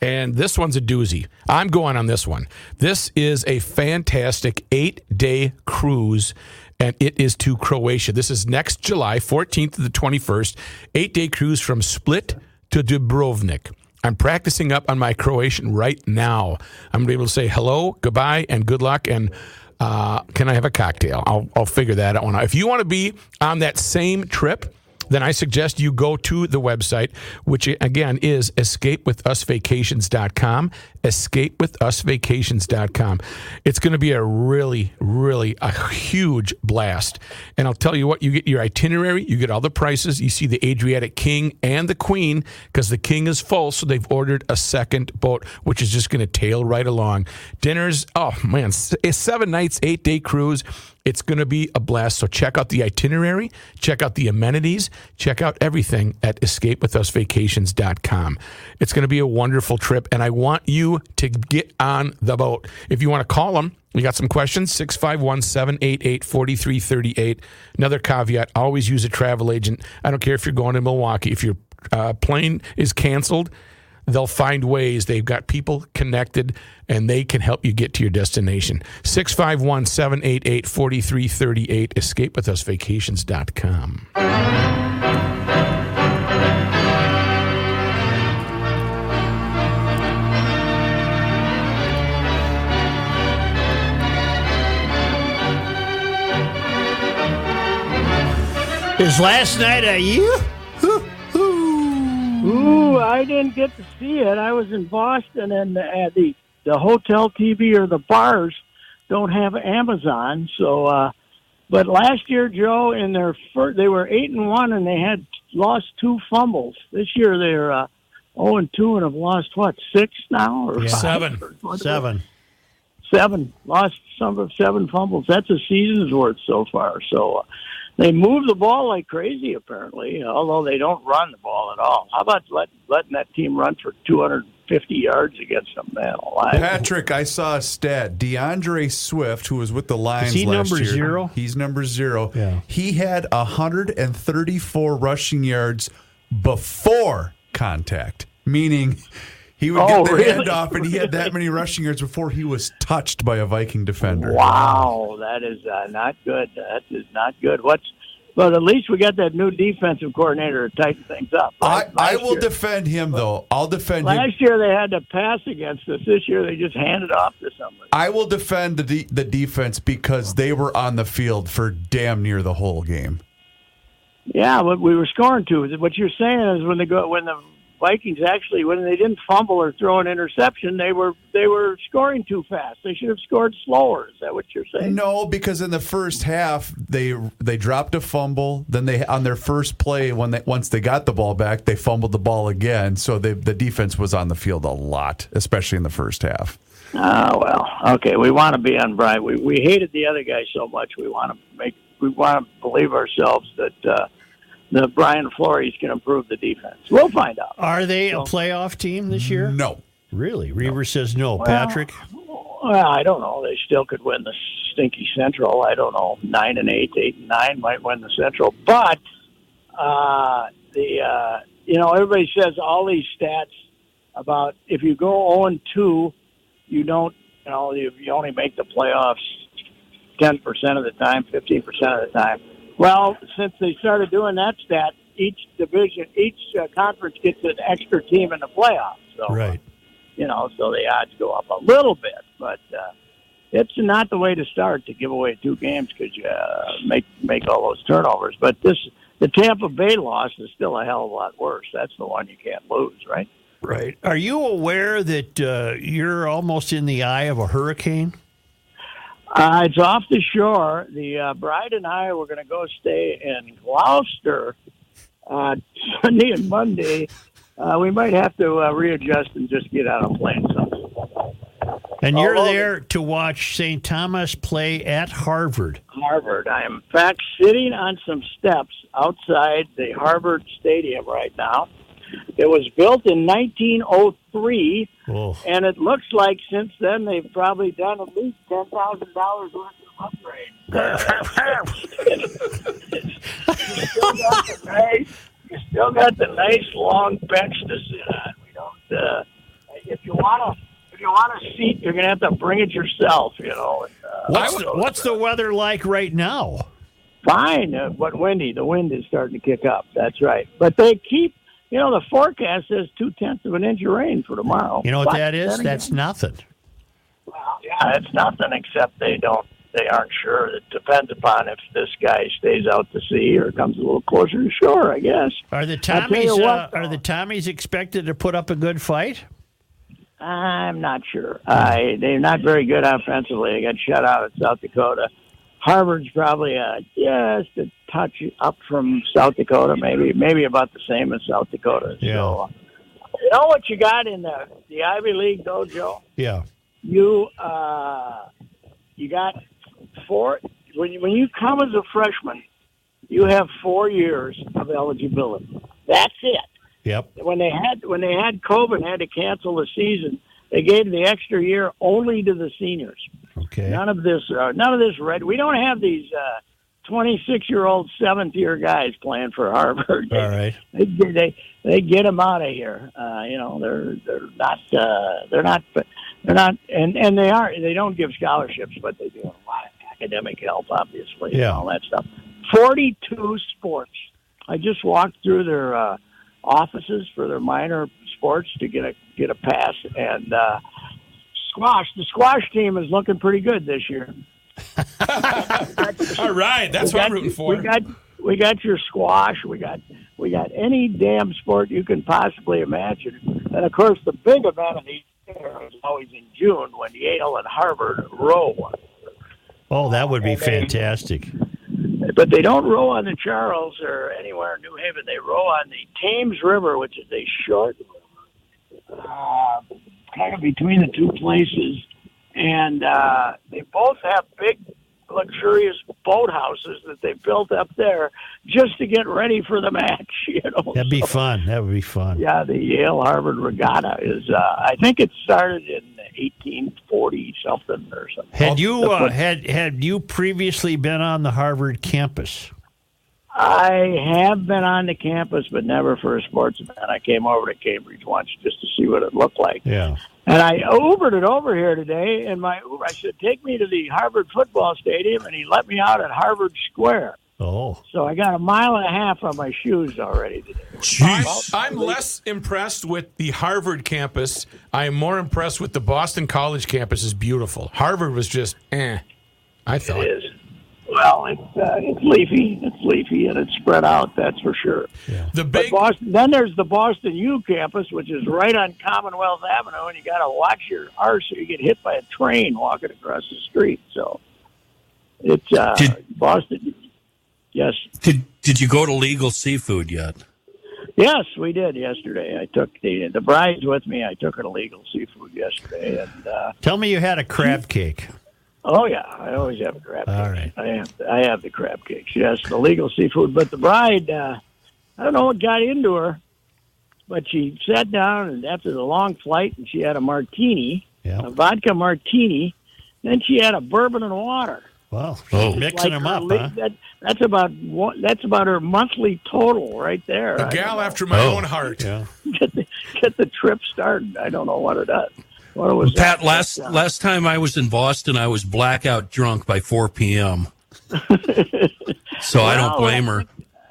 E: And this one's a doozy. I'm going on this one. This is a fantastic eight day cruise, and it is to Croatia. This is next July 14th to the 21st, eight day cruise from Split to Dubrovnik. I'm practicing up on my Croatian right now. I'm going to be able to say hello, goodbye, and good luck. And uh, can I have a cocktail? I'll, I'll figure that out. If you want to be on that same trip, then I suggest you go to the website, which again is escapewithusvacations.com. Escapewithusvacations.com. It's going to be a really, really a huge blast. And I'll tell you what, you get your itinerary, you get all the prices, you see the Adriatic King and the Queen, because the King is full, so they've ordered a second boat, which is just going to tail right along. Dinners, oh man, s- it's seven nights, eight day cruise. It's going to be a blast. So check out the itinerary, check out the amenities, check out everything at escapewithusvacations.com. It's going to be a wonderful trip, and I want you to get on the boat. If you want to call them, we got some questions 651 788 4338. Another caveat always use a travel agent. I don't care if you're going to Milwaukee, if your uh, plane is canceled, they'll find ways. They've got people connected and they can help you get to your destination. 651 788 4338, escapewithusvacations.com.
C: Is last night a you?
L: Ooh, I didn't get to see it. I was in Boston, and uh, the the hotel TV or the bars don't have Amazon. So, uh, but last year, Joe, in their first, they were eight and one, and they had lost two fumbles. This year, they're uh, zero and two, and have lost what six now or
C: Yeah.
L: five?
C: Seven.
L: Or what?
C: Seven.
L: seven lost some seven fumbles. That's a season's worth so far. So uh, they move the ball like crazy, apparently. Although they don't run the ball at all. How about let, letting that team run for 250 yards against them? Man, alive.
B: Patrick, I saw a stat. DeAndre Swift, who was with the Lions
C: he
B: last
C: number
B: year,
C: zero?
B: He's number zero.
C: Yeah.
B: He had 134 rushing yards before contact, meaning he would
L: Oh,
B: get the
L: really?
B: handoff and he had that many rushing yards before he was touched by a Viking defender.
L: Wow, that is uh, not good. That is not good. What's But at least we got that new defensive coordinator to tighten things up.
B: I, I
L: Last
B: will
L: year-
B: defend him, though. I'll defend him.
L: Last year they had to pass against us. This year they just handed off to somebody.
B: I will defend the de- the defense because they were on the field for damn near the whole game.
L: Yeah, what we were scoring to. What you're saying is when they go when the Vikings actually when they didn't fumble or throw an interception, they were they were scoring too fast. They should have scored slower. Is that what you're saying?
B: No, because in the first half they they dropped a fumble. Then they on their first play when they once they got the ball back, they fumbled the ball again. So they, the defense was on the field a lot, especially in the first half.
L: Oh well. Okay, we want to be on Brian. We we hated the other guy so much. We want to make we want to believe ourselves that uh, the Brian Flores can improve the defense. We'll find out.
C: Are they a playoff team this year?
A: Mm,
B: No.
C: Really? Reaver says no. Patrick?
L: Well, I don't know. They still could win the stinky Central. I don't know. Nine and eight, eight and nine might win the Central, but uh, the uh, you know everybody says all these stats about if you go zero and two, you don't you know you, you only make the playoffs ten percent of the time, fifteen percent of the time. Well, since they started doing that stat, each division, each uh, conference gets an extra team in the playoffs. So uh,
C: Right.
L: you know, so the odds go up a little bit. But uh, it's not the way to start to give away two games because you uh, make make all those turnovers. But this the Tampa Bay loss is still a hell of a lot worse. That's the one you can't lose, right?
C: Right. Are you aware that uh, you're almost in the eye of a hurricane?
L: Uh, it's off the shore. The uh, bride and I were going to go stay in Gloucester uh, Sunday and Monday. Uh, we might have to uh, readjust and just get out of plane.
C: And you're
L: All over.
C: there to watch St. Thomas play at Harvard.
L: Harvard. I am, in fact, sitting on some steps outside the Harvard Stadium right now. It was built in 1903,
C: Oh.
L: and it looks like since then they've probably done at least ten thousand dollars worth of upgrades. you, still got the nice, you still got the nice long bench to sit on. We don't. Uh, if you want to, if you want a seat, you're going to have to bring it yourself. You know. And, uh,
C: What's the, what's the weather like right now?
L: Fine, uh, but windy. The wind is starting to kick up. That's right. But they keep, you know, the forecast says two tenths of an inch of rain for tomorrow.
C: You know what
L: But
C: that is?
L: then
C: That's
L: again,
C: nothing.
L: yeah, it's nothing except they don't. They aren't sure. It depends upon if this guy stays out to sea or comes a little closer to shore. I guess.
C: Are the
L: I'll tell you
C: Tommies uh,
L: what,
C: are the Tommies expected to put up a good fight?
L: I'm not sure. I they're not very good offensively. They got shut out at South Dakota. Harvard's probably uh, just a touch up from South Dakota, maybe maybe about the same as South Dakota. So, uh, you know what you got in the the Ivy League though, Joe?
C: Yeah.
L: You uh, you got four when you, when you come as a freshman, you have four years of eligibility. That's it
C: Yep.
L: when they had when they had COVID and had to cancel the season, they gave the extra year only to the seniors.
C: Okay.
L: None of this, uh, none of this red. We don't have these uh, twenty-six-year-old seventh-year guys playing for Harvard.
C: All right.
L: They they they get them out of here. Uh, you know they're they're not uh, they're not they're not and and they are they don't give scholarships, but they do a lot of academic help, obviously, and
C: Yeah.
L: all that stuff. Forty-two sports. I just walked through their uh, offices for their minor sports to get a get a pass and. Uh, Squash. The squash team is looking pretty good this year.
E: All right, that's
L: We
E: what I'm
L: got-
E: rooting for.
L: We got we got your squash. We got we got any damn sport you can possibly imagine. And of course, the big event of the year is always in June when Yale and Harvard row.
C: Oh, that would be fantastic.
L: But they don't row on the Charles or anywhere in New Haven. They row on the Thames River, which is a short river, uh, kind of between the two places. And uh, they both have big, luxurious boathouses that they built up there just to get ready for the match. You know,
C: That'd be
L: So,
C: fun. That would be fun.
L: yeah, the Yale Harvard Regatta is. Uh, I think it started in 1840 something or something.
C: Had you uh, had had you previously been on the Harvard campus?
L: I have been on the campus, but never for a sports event. I came over to Cambridge once just to see what it looked like.
C: Yeah.
L: And I Ubered it over here today, and my Uber, I said, take me to the Harvard football stadium, and he let me out at Harvard Square.
C: Oh.
L: So I got a mile and a half on my shoes already today.
E: I'm, I'm less impressed with the Harvard campus. I am more impressed with the Boston College campus. is beautiful. Harvard was just eh. I thought
L: it is. Well, it's uh, it's leafy, it's leafy, and it's spread out. That's for sure.
E: The big
L: Boston, then there's the Boston U campus, which is right on Commonwealth Avenue, and you got to watch your arse or you get hit by a train walking across the street. So it's uh, Boston. Yes.
A: Did Did you go to legal seafood yet?
L: Yes, we did yesterday. I took the the bride's with me. I took her to legal seafood yesterday, and uh,
C: Tell me you had a
L: Mm-hmm.
C: crab cake.
L: Oh yeah, I always have a crab cake.
C: All right.
L: I have I have the crab cakes. Yes, the legal seafood. But the bride, uh, I don't know what got into her, but she sat down and after the long flight, and she had a martini, a vodka martini. Then she had a bourbon and water.
C: Wow,
A: Oh.
C: mixing them
L: her
C: up,
L: le-
C: huh?
L: That, that's about one, that's about her monthly total right there.
E: a
L: I
E: gal
L: don't
E: after my
A: Oh.
E: own heart.
C: Yeah.
L: know. get the, get the trip started. I don't know what it does. What it was
A: Pat,
L: that?
A: last
L: But, uh,
A: last time I was in Boston, I was blackout drunk by 4 p.m. so I don't
L: Well,
A: blame her.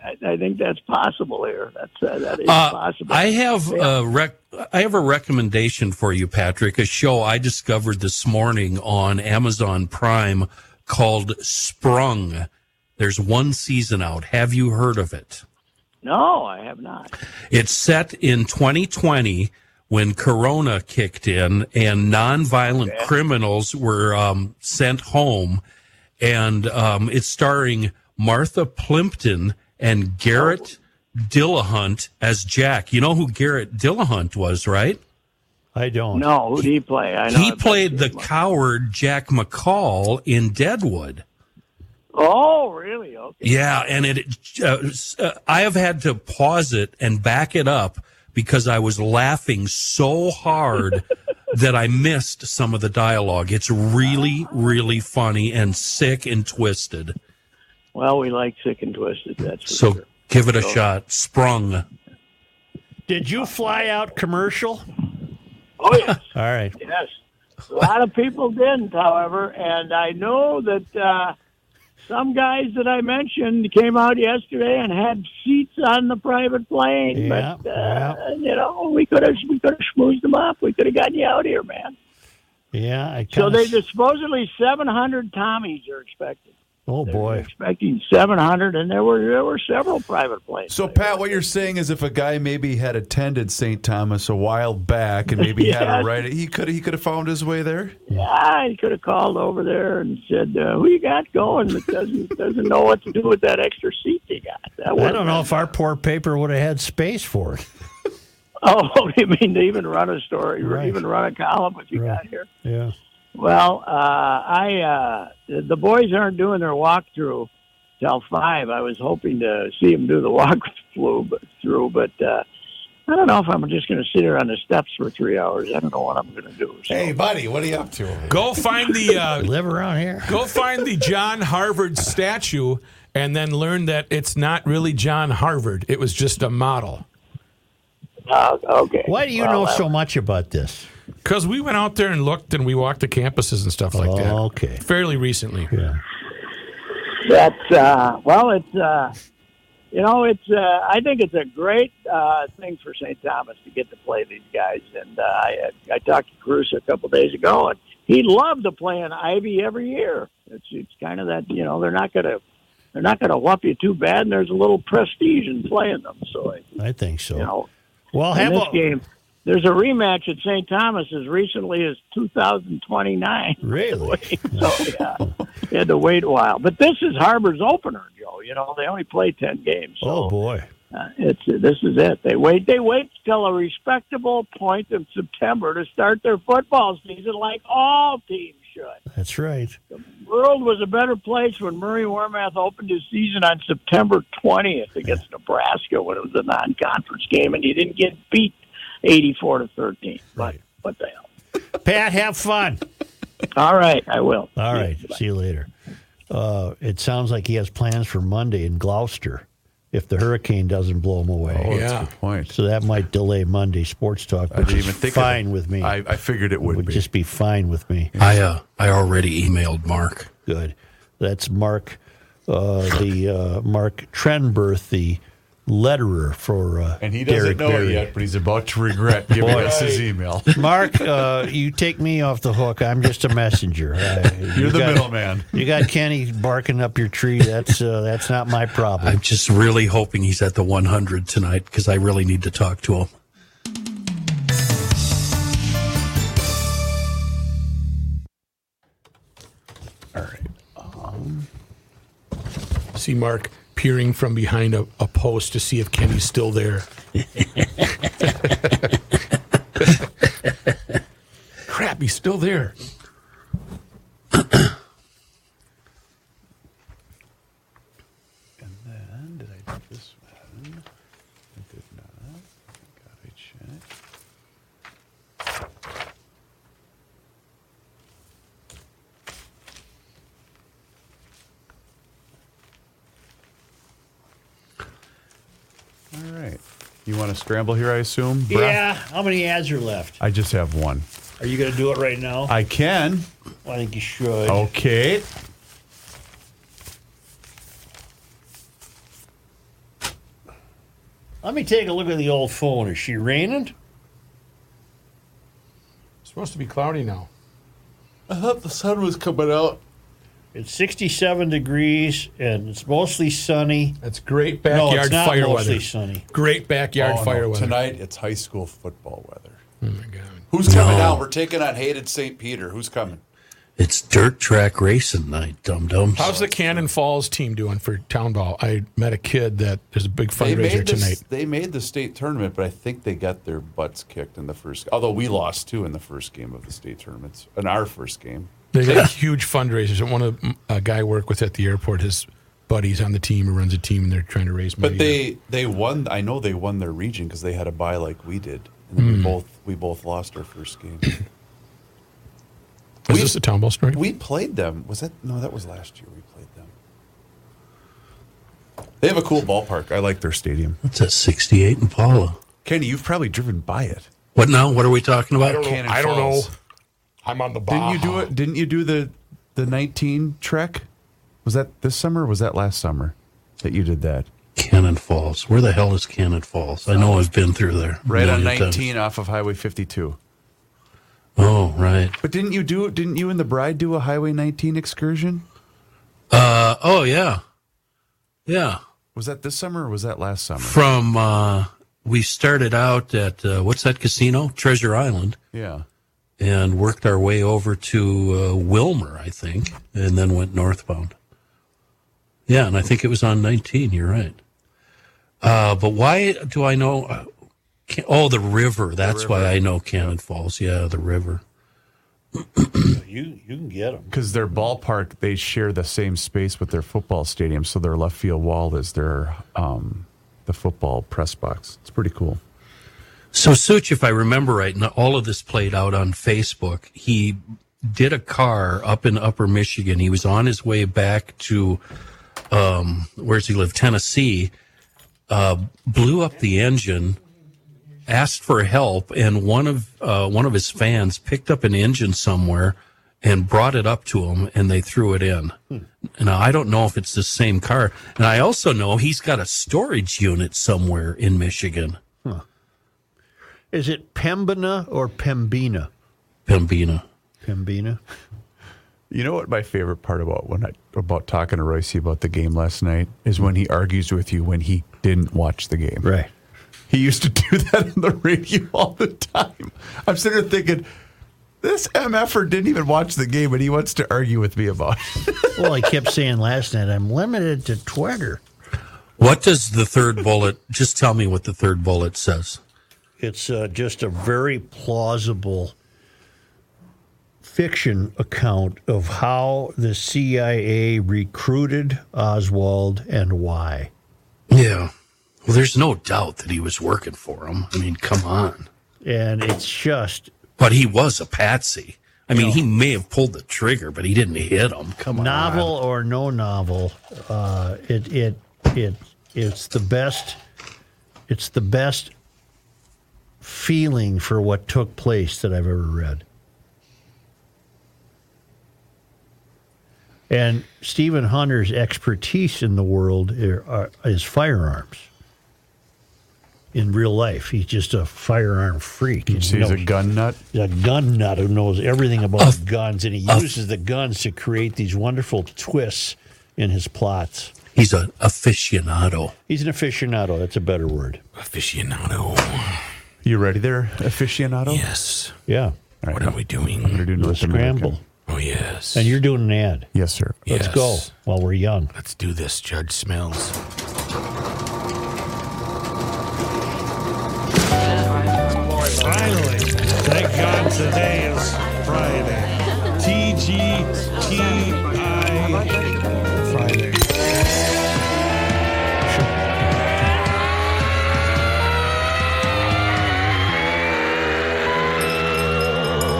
L: I, I think that's possible here. That's uh, that is
A: Uh,
L: possible.
A: I have a rec- I have a recommendation for you, Patrick. A show I discovered this morning on Amazon Prime called Sprung. There's one season out. Have you heard of it?
L: No, I have not.
A: It's set in 2020 when Corona kicked in and nonviolent criminals were um, sent home. And um, it's starring Martha Plimpton and Garrett
L: Oh.
A: Dillahunt as Jack. You know who Garrett Dillahunt was, right?
C: I don't.
L: No, who would he play? I know
A: He
L: I've-
A: played the coward Jack McCall in Deadwood.
L: Oh, really? Okay.
A: Yeah, and it uh, uh, I have had to pause it and back it up because I was laughing so hard that I missed some of the dialogue. It's really really funny and sick and twisted.
L: Well, we like sick and twisted. That's for
A: So
L: sure.
A: give it a shot. Sprung.
C: Did you fly out commercial?
L: Oh yes,
C: All right.
L: yes. A lot of people didn't, however, and I know that uh, some guys that I mentioned came out yesterday and had seats on the private plane.
C: Yeah,
L: but uh,
C: yeah.
L: you know, we could have we could have schmoozed them up. We could have gotten you out here, man.
C: Yeah, I
L: So
C: kinda-
L: they just supposedly 700 Tommies are expected.
C: Oh boy.
L: Expecting 700, and there were there were several private planes.
B: So, Pat, what you're saying is if a guy maybe had attended St. Thomas a while back and maybe had
L: Yes.
B: a right, he could he could have found his way there.
L: I could have called over there and said, uh, "Who you got going that doesn't doesn't know what to do with that extra seat you got?" That
C: I
L: would've
C: don't know if our poor paper would have had space for it.
L: been- Oh, you mean to even run a story, or
C: Right.
L: even run a column if you
C: Right.
L: got here?
C: Yeah.
L: Well, uh, I uh, the the boys aren't doing their walkthrough till five. I was hoping to see them do the walkthrough, but through, but uh, I don't know if I'm just going to sit here on the steps for three hours. I don't know what I'm going to do. So.
D: Hey, buddy, what are you up to? over here?
E: Go find the
C: We
E: uh,
C: live around here.
E: go find the John Harvard statue and then learn that it's not really John Harvard. It was just a model.
L: Uh, okay.
C: Why do you
L: Well,
C: know
L: uh,
C: so much about this?
E: Because we went out there and looked and we walked the campuses and stuff like that.
C: Okay.
E: Fairly recently.
C: Oh. Yeah.
L: That's uh, well, it's uh, you know, it's uh, I think it's a great uh, thing for St. Thomas to get to play these guys. And uh, I, I talked to Caruso a couple days ago, and he loved to play in Ivy every year. It's it's kind of that you know they're not gonna they're not gonna whoop you too bad, and there's a little prestige in playing them. So
C: I think so.
L: you know,
C: well,
L: in
C: have
L: this
C: a
L: game. There's a rematch at St. Thomas as recently as 2029.
C: really.
L: So yeah, we had to wait a while. But this is Harbor's opener, Joe. You know they only play ten games. So,
C: Oh boy.
L: uh, it's this is it. They wait. They wait till a respectable point in September to start their football season, like all teams should.
C: That's right.
L: The world was a better place when Murray Warmath opened his season on September 20th against Nebraska when it was a non-conference game, and he didn't get beat 84 to 13. But what the hell?
C: Pat, have fun.
L: All right, I will.
C: All right. See you later. Uh, it sounds like he has plans for Monday in Gloucester if the hurricane doesn't blow him away.
B: Oh,
E: Yeah.
B: that's a good point.
C: So that might delay Monday sports talk, which
B: didn't
C: is
B: even think of
C: fine
B: it.
C: with me.
B: I, I figured it would,
C: would
B: be.
C: just be fine with me.
A: I uh, I already emailed Mark.
C: Good. That's Mark uh, the uh, Mark Trenberth, the letterer for uh,
B: And he doesn't
C: Derek
B: know
C: Barry.
B: it yet, but he's about to regret giving
C: Boy.
B: us his email.
C: Mark, uh, you take me off the hook. I'm just a messenger. I-
B: You're the
C: got-
B: middleman.
C: You got Kenny barking up your tree. That's uh, that's not my problem.
A: I'm just really hoping he's at the 100 tonight because I really need to talk to him.
E: See Mark peering from behind a, a post to see if Kenny's still there. Crap, he's still there.
B: All right. You want to scramble here, I assume? Brad?
C: Yeah. How many ads are left?
B: I just have one.
C: Are you going to do it right now?
B: I can.
C: I think you should.
B: Oh. Okay.
C: Let me take a look at the old phone. Is she raining?
E: It's supposed to be cloudy now.
B: I thought the sun was coming out.
C: It's 67 degrees and it's mostly sunny.
E: That's great backyard
C: no, it's not
E: fire
C: mostly
E: weather.
C: sunny. Oh,
E: Great backyard fire weather.
B: Tonight, it's high school football weather.
E: Oh my god.
B: Who's coming out? We're taking on hated St. Peter. Who's coming?
A: It's dirt track racing night, dum dums.
E: How's the Cannon Falls team doing for town ball? I met a kid that there's a big fundraiser
B: made the,
E: tonight.
B: They made the state tournament, but I think they got their butts kicked in the first. Although we lost two in the first game of the state tournaments, in our first game.
E: They got a huge fundraiser. So One of a guy I work with at the airport, his buddies on the team who runs a team, and they're trying to raise money.
B: But they they won. I know they won their region because they had a bye like we did, and then
E: Mm.
B: we both we both lost our first game.
E: is
B: we-
E: this a town ball story?
B: we played them. Was that no? That was last year. We played them. They have a cool ballpark. I like their stadium.
A: It's a 68 Impala.
B: Kenny, you've probably driven by it.
A: What now? What are we talking about?
B: Cannon
E: I don't know.
B: Falls.
E: I'm on the
B: Didn't
E: ball.
B: you do it? Didn't you do the the nineteen trek? Was that this summer? or Was that last summer that you did that?
A: Cannon Falls. Where the hell is Cannon Falls? I know I've been through there. a
B: Right on
A: million times.
B: nineteen off of Highway fifty two.
A: Oh, right.
B: But didn't you do? Didn't you and the bride do a Highway nineteen excursion?
A: Uh, oh, yeah. Yeah.
B: Was that this summer or was that last summer?
A: From, uh, we started out at, uh, what's that casino? Treasure Island.
B: Yeah.
A: and worked our way over to uh, Wilmer, I think, and then went northbound. Yeah, and I think it was on 19. You're right. Uh, but why do I know? uh, Can- Oh, the river. That's why I know Cannon Falls. Yeah, the river.
C: You you can get them.
B: Because their ballpark, they share the same space with their football stadium, so their left field wall is their um, the football press box. It's pretty cool.
A: So, Such, if I remember right, and all of this played out on Facebook, he did a car up in Upper Michigan. He was on his way back to, um, where's he live? Tennessee. Uh, blew up the engine, asked for help, and one of uh, one of his fans picked up an engine somewhere and brought it up to him, and they threw it in. Now I don't know if it's the same car, and I also know he's got a storage unit somewhere in Michigan,
C: Is it Pembina or Pembina?
A: Pembina.
C: Pembina.
B: You know what my favorite part about when I about talking to Royce about the game last night is when he argues with you when he didn't watch the game.
C: Right.
B: He used to do that on the radio all the time. I'm sitting there thinking, this MFer didn't even watch the game, and he wants to argue with me about it.
C: Well, I kept saying last night I'm limited to Twitter.
A: What does the third bullet? Just tell me what the third bullet says.
C: It's uh, just a very plausible fiction account of how the CIA recruited Oswald and why.
A: Yeah. Well, there's no doubt that he was working for him. I mean, come on.
C: And it's just
A: But he was a patsy. I mean, he may have pulled the trigger, but he didn't hit him. Come
C: novel
A: on.
C: or no novel, uh, it it it it's the best. It's the best feeling for what took place that I've ever read. And Stephen Hunter's expertise in the world are, are, is firearms. In real life, he's just a firearm freak. and
B: He's a
C: knows-
B: gun nut.
C: He's a gun nut who knows everything about guns, and he uses the guns to create these wonderful twists in his plots.
A: He's an aficionado.
C: He's an aficionado. That's a better word.
E: Aficionado.
B: You ready there, aficionado?
E: Yes.
C: Yeah.
E: What are we
B: I'm
E: doing?
B: gonna do North
C: Scramble.
B: American.
E: Oh, yes.
C: And you're doing an ad.
B: Yes, sir.
C: Let's
E: Yes.
C: go while we're young.
E: Let's do this, Judge Smells.
M: Finally, thank God today is Friday. TGTI Friday.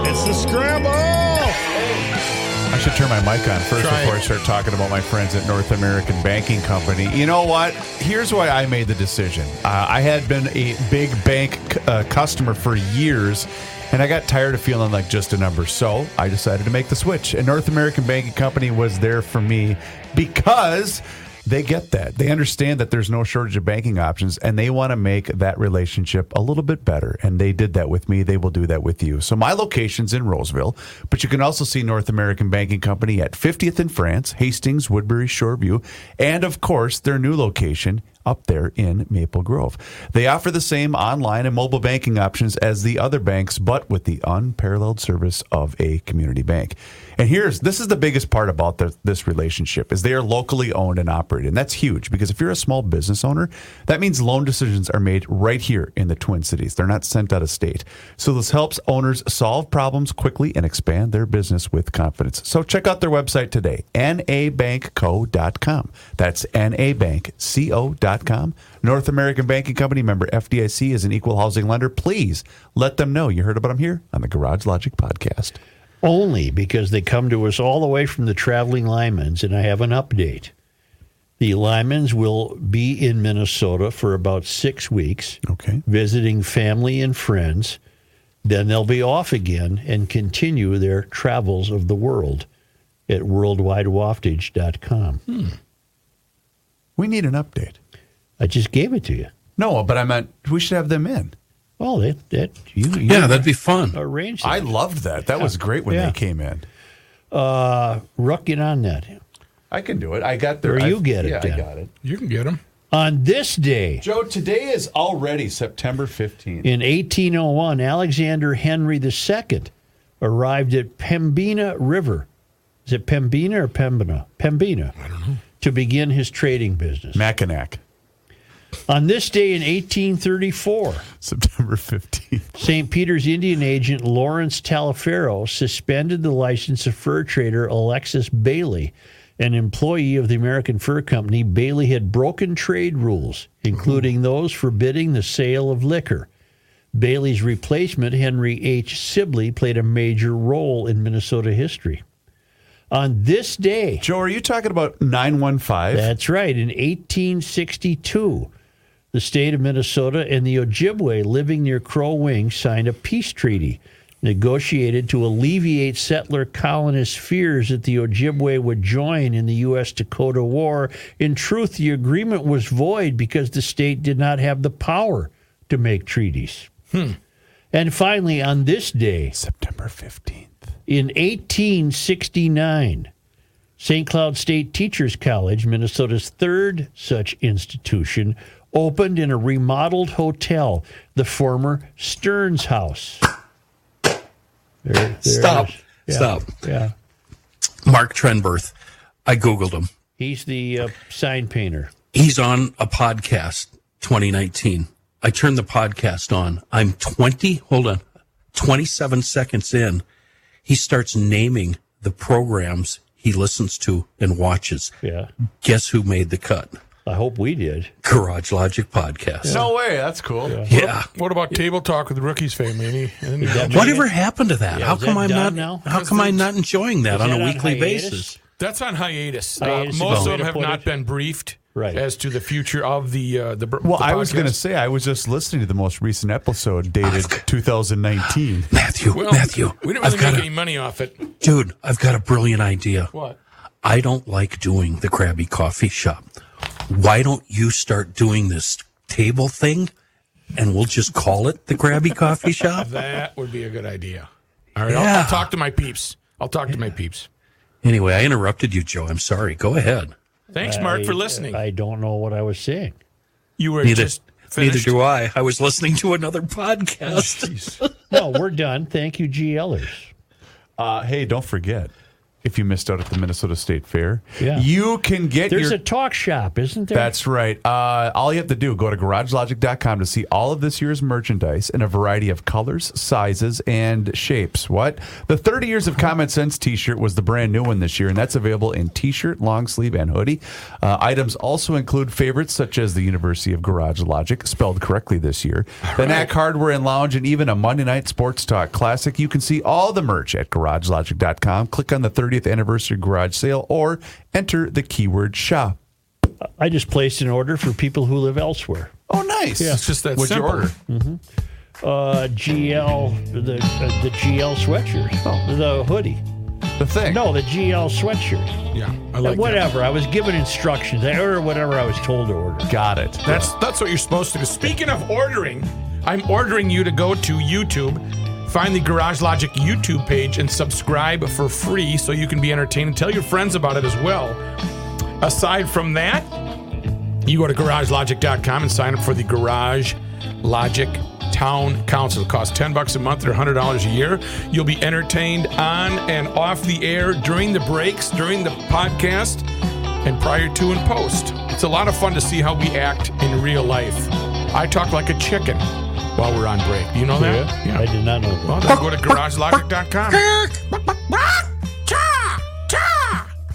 M: It's the scramble!
B: I should turn my mic on first
E: Try
B: before
E: it.
B: I start talking about my friends at North American Banking Company. You know what? Here's why I made the decision. Uh, I had been a big bank c- uh, customer for years, and I got tired of feeling like just a number. So I decided to make the switch. And North American Banking Company was there for me because they get that. They understand that there's no shortage of banking options and they want to make that relationship a little bit better. And they did that with me. They will do that with you. So my location's in Roseville, but you can also see North American Banking Company at 50th in France, Hastings, Woodbury, Shoreview, and of course their new location up there in Maple Grove. They offer the same online and mobile banking options as the other banks, but with the unparalleled service of a community bank. And here's this is the biggest part about the, this relationship is they are locally owned and operated, and that's huge because if you're a small business owner, that means loan decisions are made right here in the Twin Cities. They're not sent out of state, so this helps owners solve problems quickly and expand their business with confidence. So check out their website today, nabankco.com. That's nabankco.com. North American Banking Company member FDIC is an equal housing lender. Please let them know you heard about them here on the Garage Logic podcast.
C: Only because they come to us all the way from the traveling Lyman's, and I have an update. The Lyman's will be in Minnesota for about six weeks,
B: Okay.
C: visiting family and friends. Then they'll be off again and continue their travels of the world at worldwidewaftage.com.
B: We need an update.
C: I just gave it to you.
B: No, but I meant we should have them in.
C: Well, that, that you, you
A: Yeah, that'd be fun.
C: arranged.
B: I
C: that.
B: loved that. That was great when
C: Yeah.
B: they came in.
C: uh, Ruck, get on that.
B: I can do it. I got there.
C: Or you get it,
B: Yeah, I
C: then.
B: got it.
E: You can get him.
C: On this day,
B: Joe, today is already September 15th.
C: In 1801, Alexander Henry II arrived at Pembina River. Is it Pembina or Pembina? Pembina. I don't know. To begin his trading business.
B: Mackinac,
C: On this day in 1834,
B: September 15th.
C: St. Peter's Indian agent Lawrence Taliaferro suspended the license of fur trader Alexis Bailey, an employee of the American Fur Company. Bailey had broken trade rules, including those forbidding the sale of liquor. Bailey's replacement, Henry H. Sibley, played a major role in Minnesota history. On this day,
B: Joe, are you talking about 915?
C: that's right. In 1862, the state of Minnesota and the Ojibwe living near Crow Wing signed a peace treaty negotiated to alleviate settler colonists' fears that the Ojibwe would join in the U.S. Dakota War. In truth, the agreement was void because the state did not have the power to make treaties. And finally, on this day,
B: September 15th.
C: in 1869, St. Cloud State Teachers College, Minnesota's third such institution, opened in a remodeled hotel, the former Stearns House. There- there it
A: Stop.
C: is. Yeah,
A: Stop.
C: Yeah.
A: Mark Trenberth. I Googled him.
C: He's the uh, sign painter.
A: He's on a podcast 2019. I turned the podcast on. I'm 20, hold on, 27 seconds in. He starts naming the programs he listens to and watches.
C: Yeah.
A: Guess who made the cut?
C: I hope we did.
A: Garage Logic Podcast.
B: No way. That's cool.
A: Yeah.
E: What about table talk with the rookies family? Any, any-
A: Whatever happened to that?
C: Yeah,
A: how
C: is
A: come
C: that
A: I'm not
C: done now?
A: how come I'm not enjoying that
C: Is
A: on
C: that
A: a
C: on
A: weekly
C: hiatus?
A: basis?
E: That's on hiatus.
C: Hiatus is
E: uh, most
C: the way to
E: of them have
C: put
E: not
C: it.
E: been briefed
C: Right.
E: as to the future of the uh, the. br-
B: Well,
E: the
B: I was
E: podcast.
B: going to say, I was just listening to the most recent episode dated 2019.
A: Matthew,
E: Well,
A: Matthew,
E: we didn't
A: I've
E: really
A: got
E: make
A: a,
E: any money off it.
A: dude, I've got a brilliant idea.
E: What?
A: I don't like doing the Krabby Coffee Shop. Why don't you start doing this table thing and we'll just call it the Krabby Coffee Shop?
E: That would be a good idea. All right, I'll,
A: Yeah.
E: I'll talk to my peeps. I'll talk to my peeps.
A: Anyway, I interrupted you, Joe. I'm sorry. Go ahead.
E: Thanks, Mark, for listening.
C: I don't know what I was saying.
E: You were
A: Neither,
E: just
A: neither
E: finished.
A: do I. I was listening to another podcast.
C: no, we're done. Thank you, GLers.
B: Uh, hey, don't forget if you missed out at the Minnesota State Fair,
C: Yeah.
B: you can get
C: There's
B: your.
C: a talk shop, isn't there?
B: That's right. Uh, all you have to do go to garagelogic.com to see all of this year's merchandise in a variety of colors, sizes, and shapes. What? The 30 years of common sense t-shirt was the brand new one this year and that's available in t-shirt, long sleeve, and hoodie. Uh, items also include favorites such as the University of Garage Logic spelled correctly this year, the Knack Hardware and Lounge and even a Monday Night Sports Talk classic. You can see all the merch at garagelogic.com. Click on the 30th anniversary garage sale or enter the keyword shop.
C: I just placed an order for people who live elsewhere.
B: Oh, nice.
C: Yeah.
E: It's just that
B: What'd you
E: simple.
B: order?
C: Uh, GL, the uh, the GL sweatshirt, the hoodie.
B: The thing.
C: No, the GL sweatshirt.
E: Yeah, I like that.
C: whatever. I was given instructions. I ordered whatever I was told to order.
B: Got it.
E: That's that's what you're supposed to do. Speaking of ordering, I'm ordering you to go to YouTube, find the Garage Logic YouTube page, and subscribe for free so you can be entertained and tell your friends about it as well. Aside from that, you go to garagelogic.com and sign up for the Garage Logic Town Council. It costs 10 bucks a month or $100 a year. You'll be entertained on and off the air during the breaks, during the podcast, and prior to and post. It's a lot of fun to see how we act in real life. I talk like a chicken while we're on break. Do You know that?
C: I did not know that.
E: Well, then go to garagelogic.com.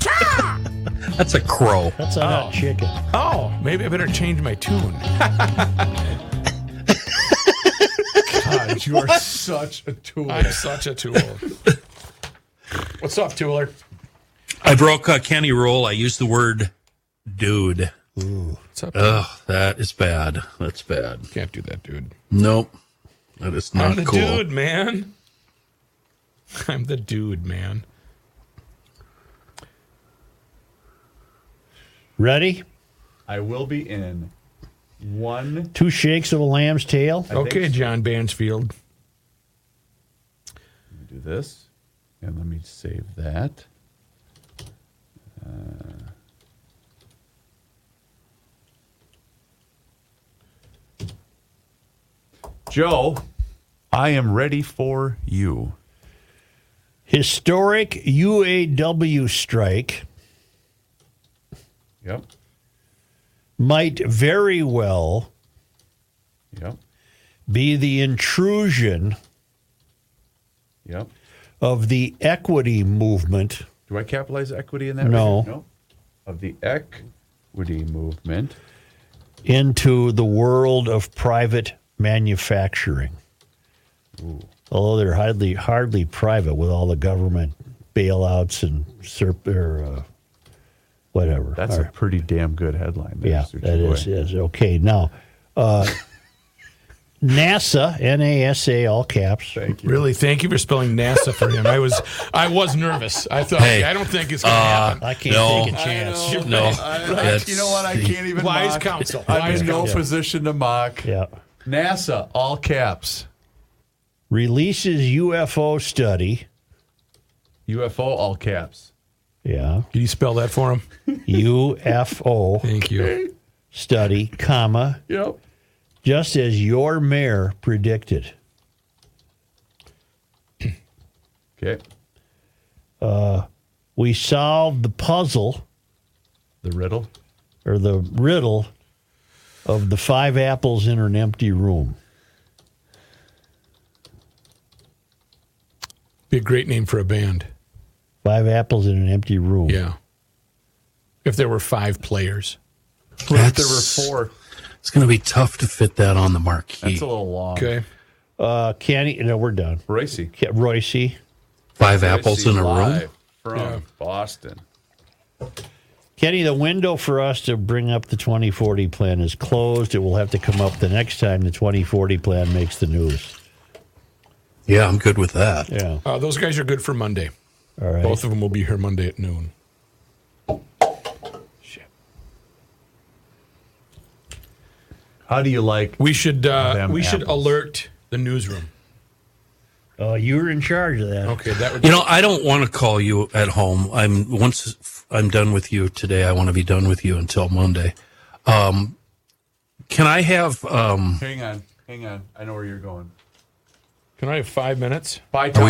A: That's a crow.
C: That's a hot chicken.
E: Oh, maybe I better change my tune.
B: God, you are such a tool.
E: I'm such a tool. What's up, Tooler?
A: I broke a Kenny rule. I used the word dude.
E: What's up?
A: Ugh, that is bad. That's bad.
E: Can't do that, dude.
A: Nope. That is not
E: I'm the
A: cool.
E: dude, man. I'm the dude, man.
C: Ready?
B: I will be in one.
C: Two shakes of a lamb's tail.
B: think
E: okay,
B: so.
E: John Bansfield.
B: Let me do this, and let me save that. Uh, Joe, I am ready for you.
C: Historic UAW strike
B: Yep.
C: might very well
B: Yep.
C: be the intrusion
B: Yep.
C: of the equity movement.
B: Do I capitalize equity in that?
C: No.
B: No. Of the equity movement.
C: into the world of private manufacturing. Although they're hardly hardly private with all the government bailouts and SERP or uh, whatever.
B: That's
C: All
B: a pretty damn good headline. There,
C: yeah,
B: Mr.
C: that
B: Choi.
C: is, is okay. Now, uh, NASA, NASA, all caps.
B: Thank you.
E: Really, thank you for spelling NASA for him. I was, I was nervous. I thought,
A: Hey, uh,
E: I don't think it's going to happen.
C: I can't
A: No.
C: take a chance.
E: You're
A: No.
E: right.
A: that's-
B: you know what? I can't even.
E: Wise
B: mock.
E: counsel.
B: I'm
E: Wise
B: in no
E: counsel.
B: position to mock.
C: Yeah.
B: NASA, all caps.
C: Releases UFO study.
B: UFO, all caps.
C: Yeah.
E: Can you spell that for him?
C: UFO
E: Thank you.
C: study, comma,
B: Yep.
C: just as your mayor predicted.
B: Okay.
C: Uh, we solved the puzzle
B: The riddle.
C: or the riddle of the five apples in an empty room.
E: Be a great name for a band.
C: Five apples in an empty room.
E: Yeah. If there were five players,
B: Right, there were
A: That's-
B: four.
A: It's going to be tough to fit that on the marquee.
B: That's a little long.
E: okay.
C: Uh, Kenny, no, we're done.
B: Racy.
C: Ke- Royce,
A: Five apples in a room.
B: from Boston.
C: Kenny, the window for us to bring up the 2040 plan is closed. It will have to come up the next time the 2040 plan makes the news.
A: Yeah, I'm good with that.
C: Yeah.
E: Uh, those guys are good for Monday.
C: All right.
E: Both of them will be here Monday at noon.
B: How do you like?
E: We should uh,
B: them
E: we should
B: apples?
E: alert the newsroom.
C: Oh, you were in charge of that.
E: Okay, that would
A: You know, I don't want to call you at home. I'm once I'm done with you today. I want to be done with you until Monday. Um, can I have? Um,
B: Hang on, hang on. I know where you're going.
E: Can I have five minutes?
B: Bye,
A: Are we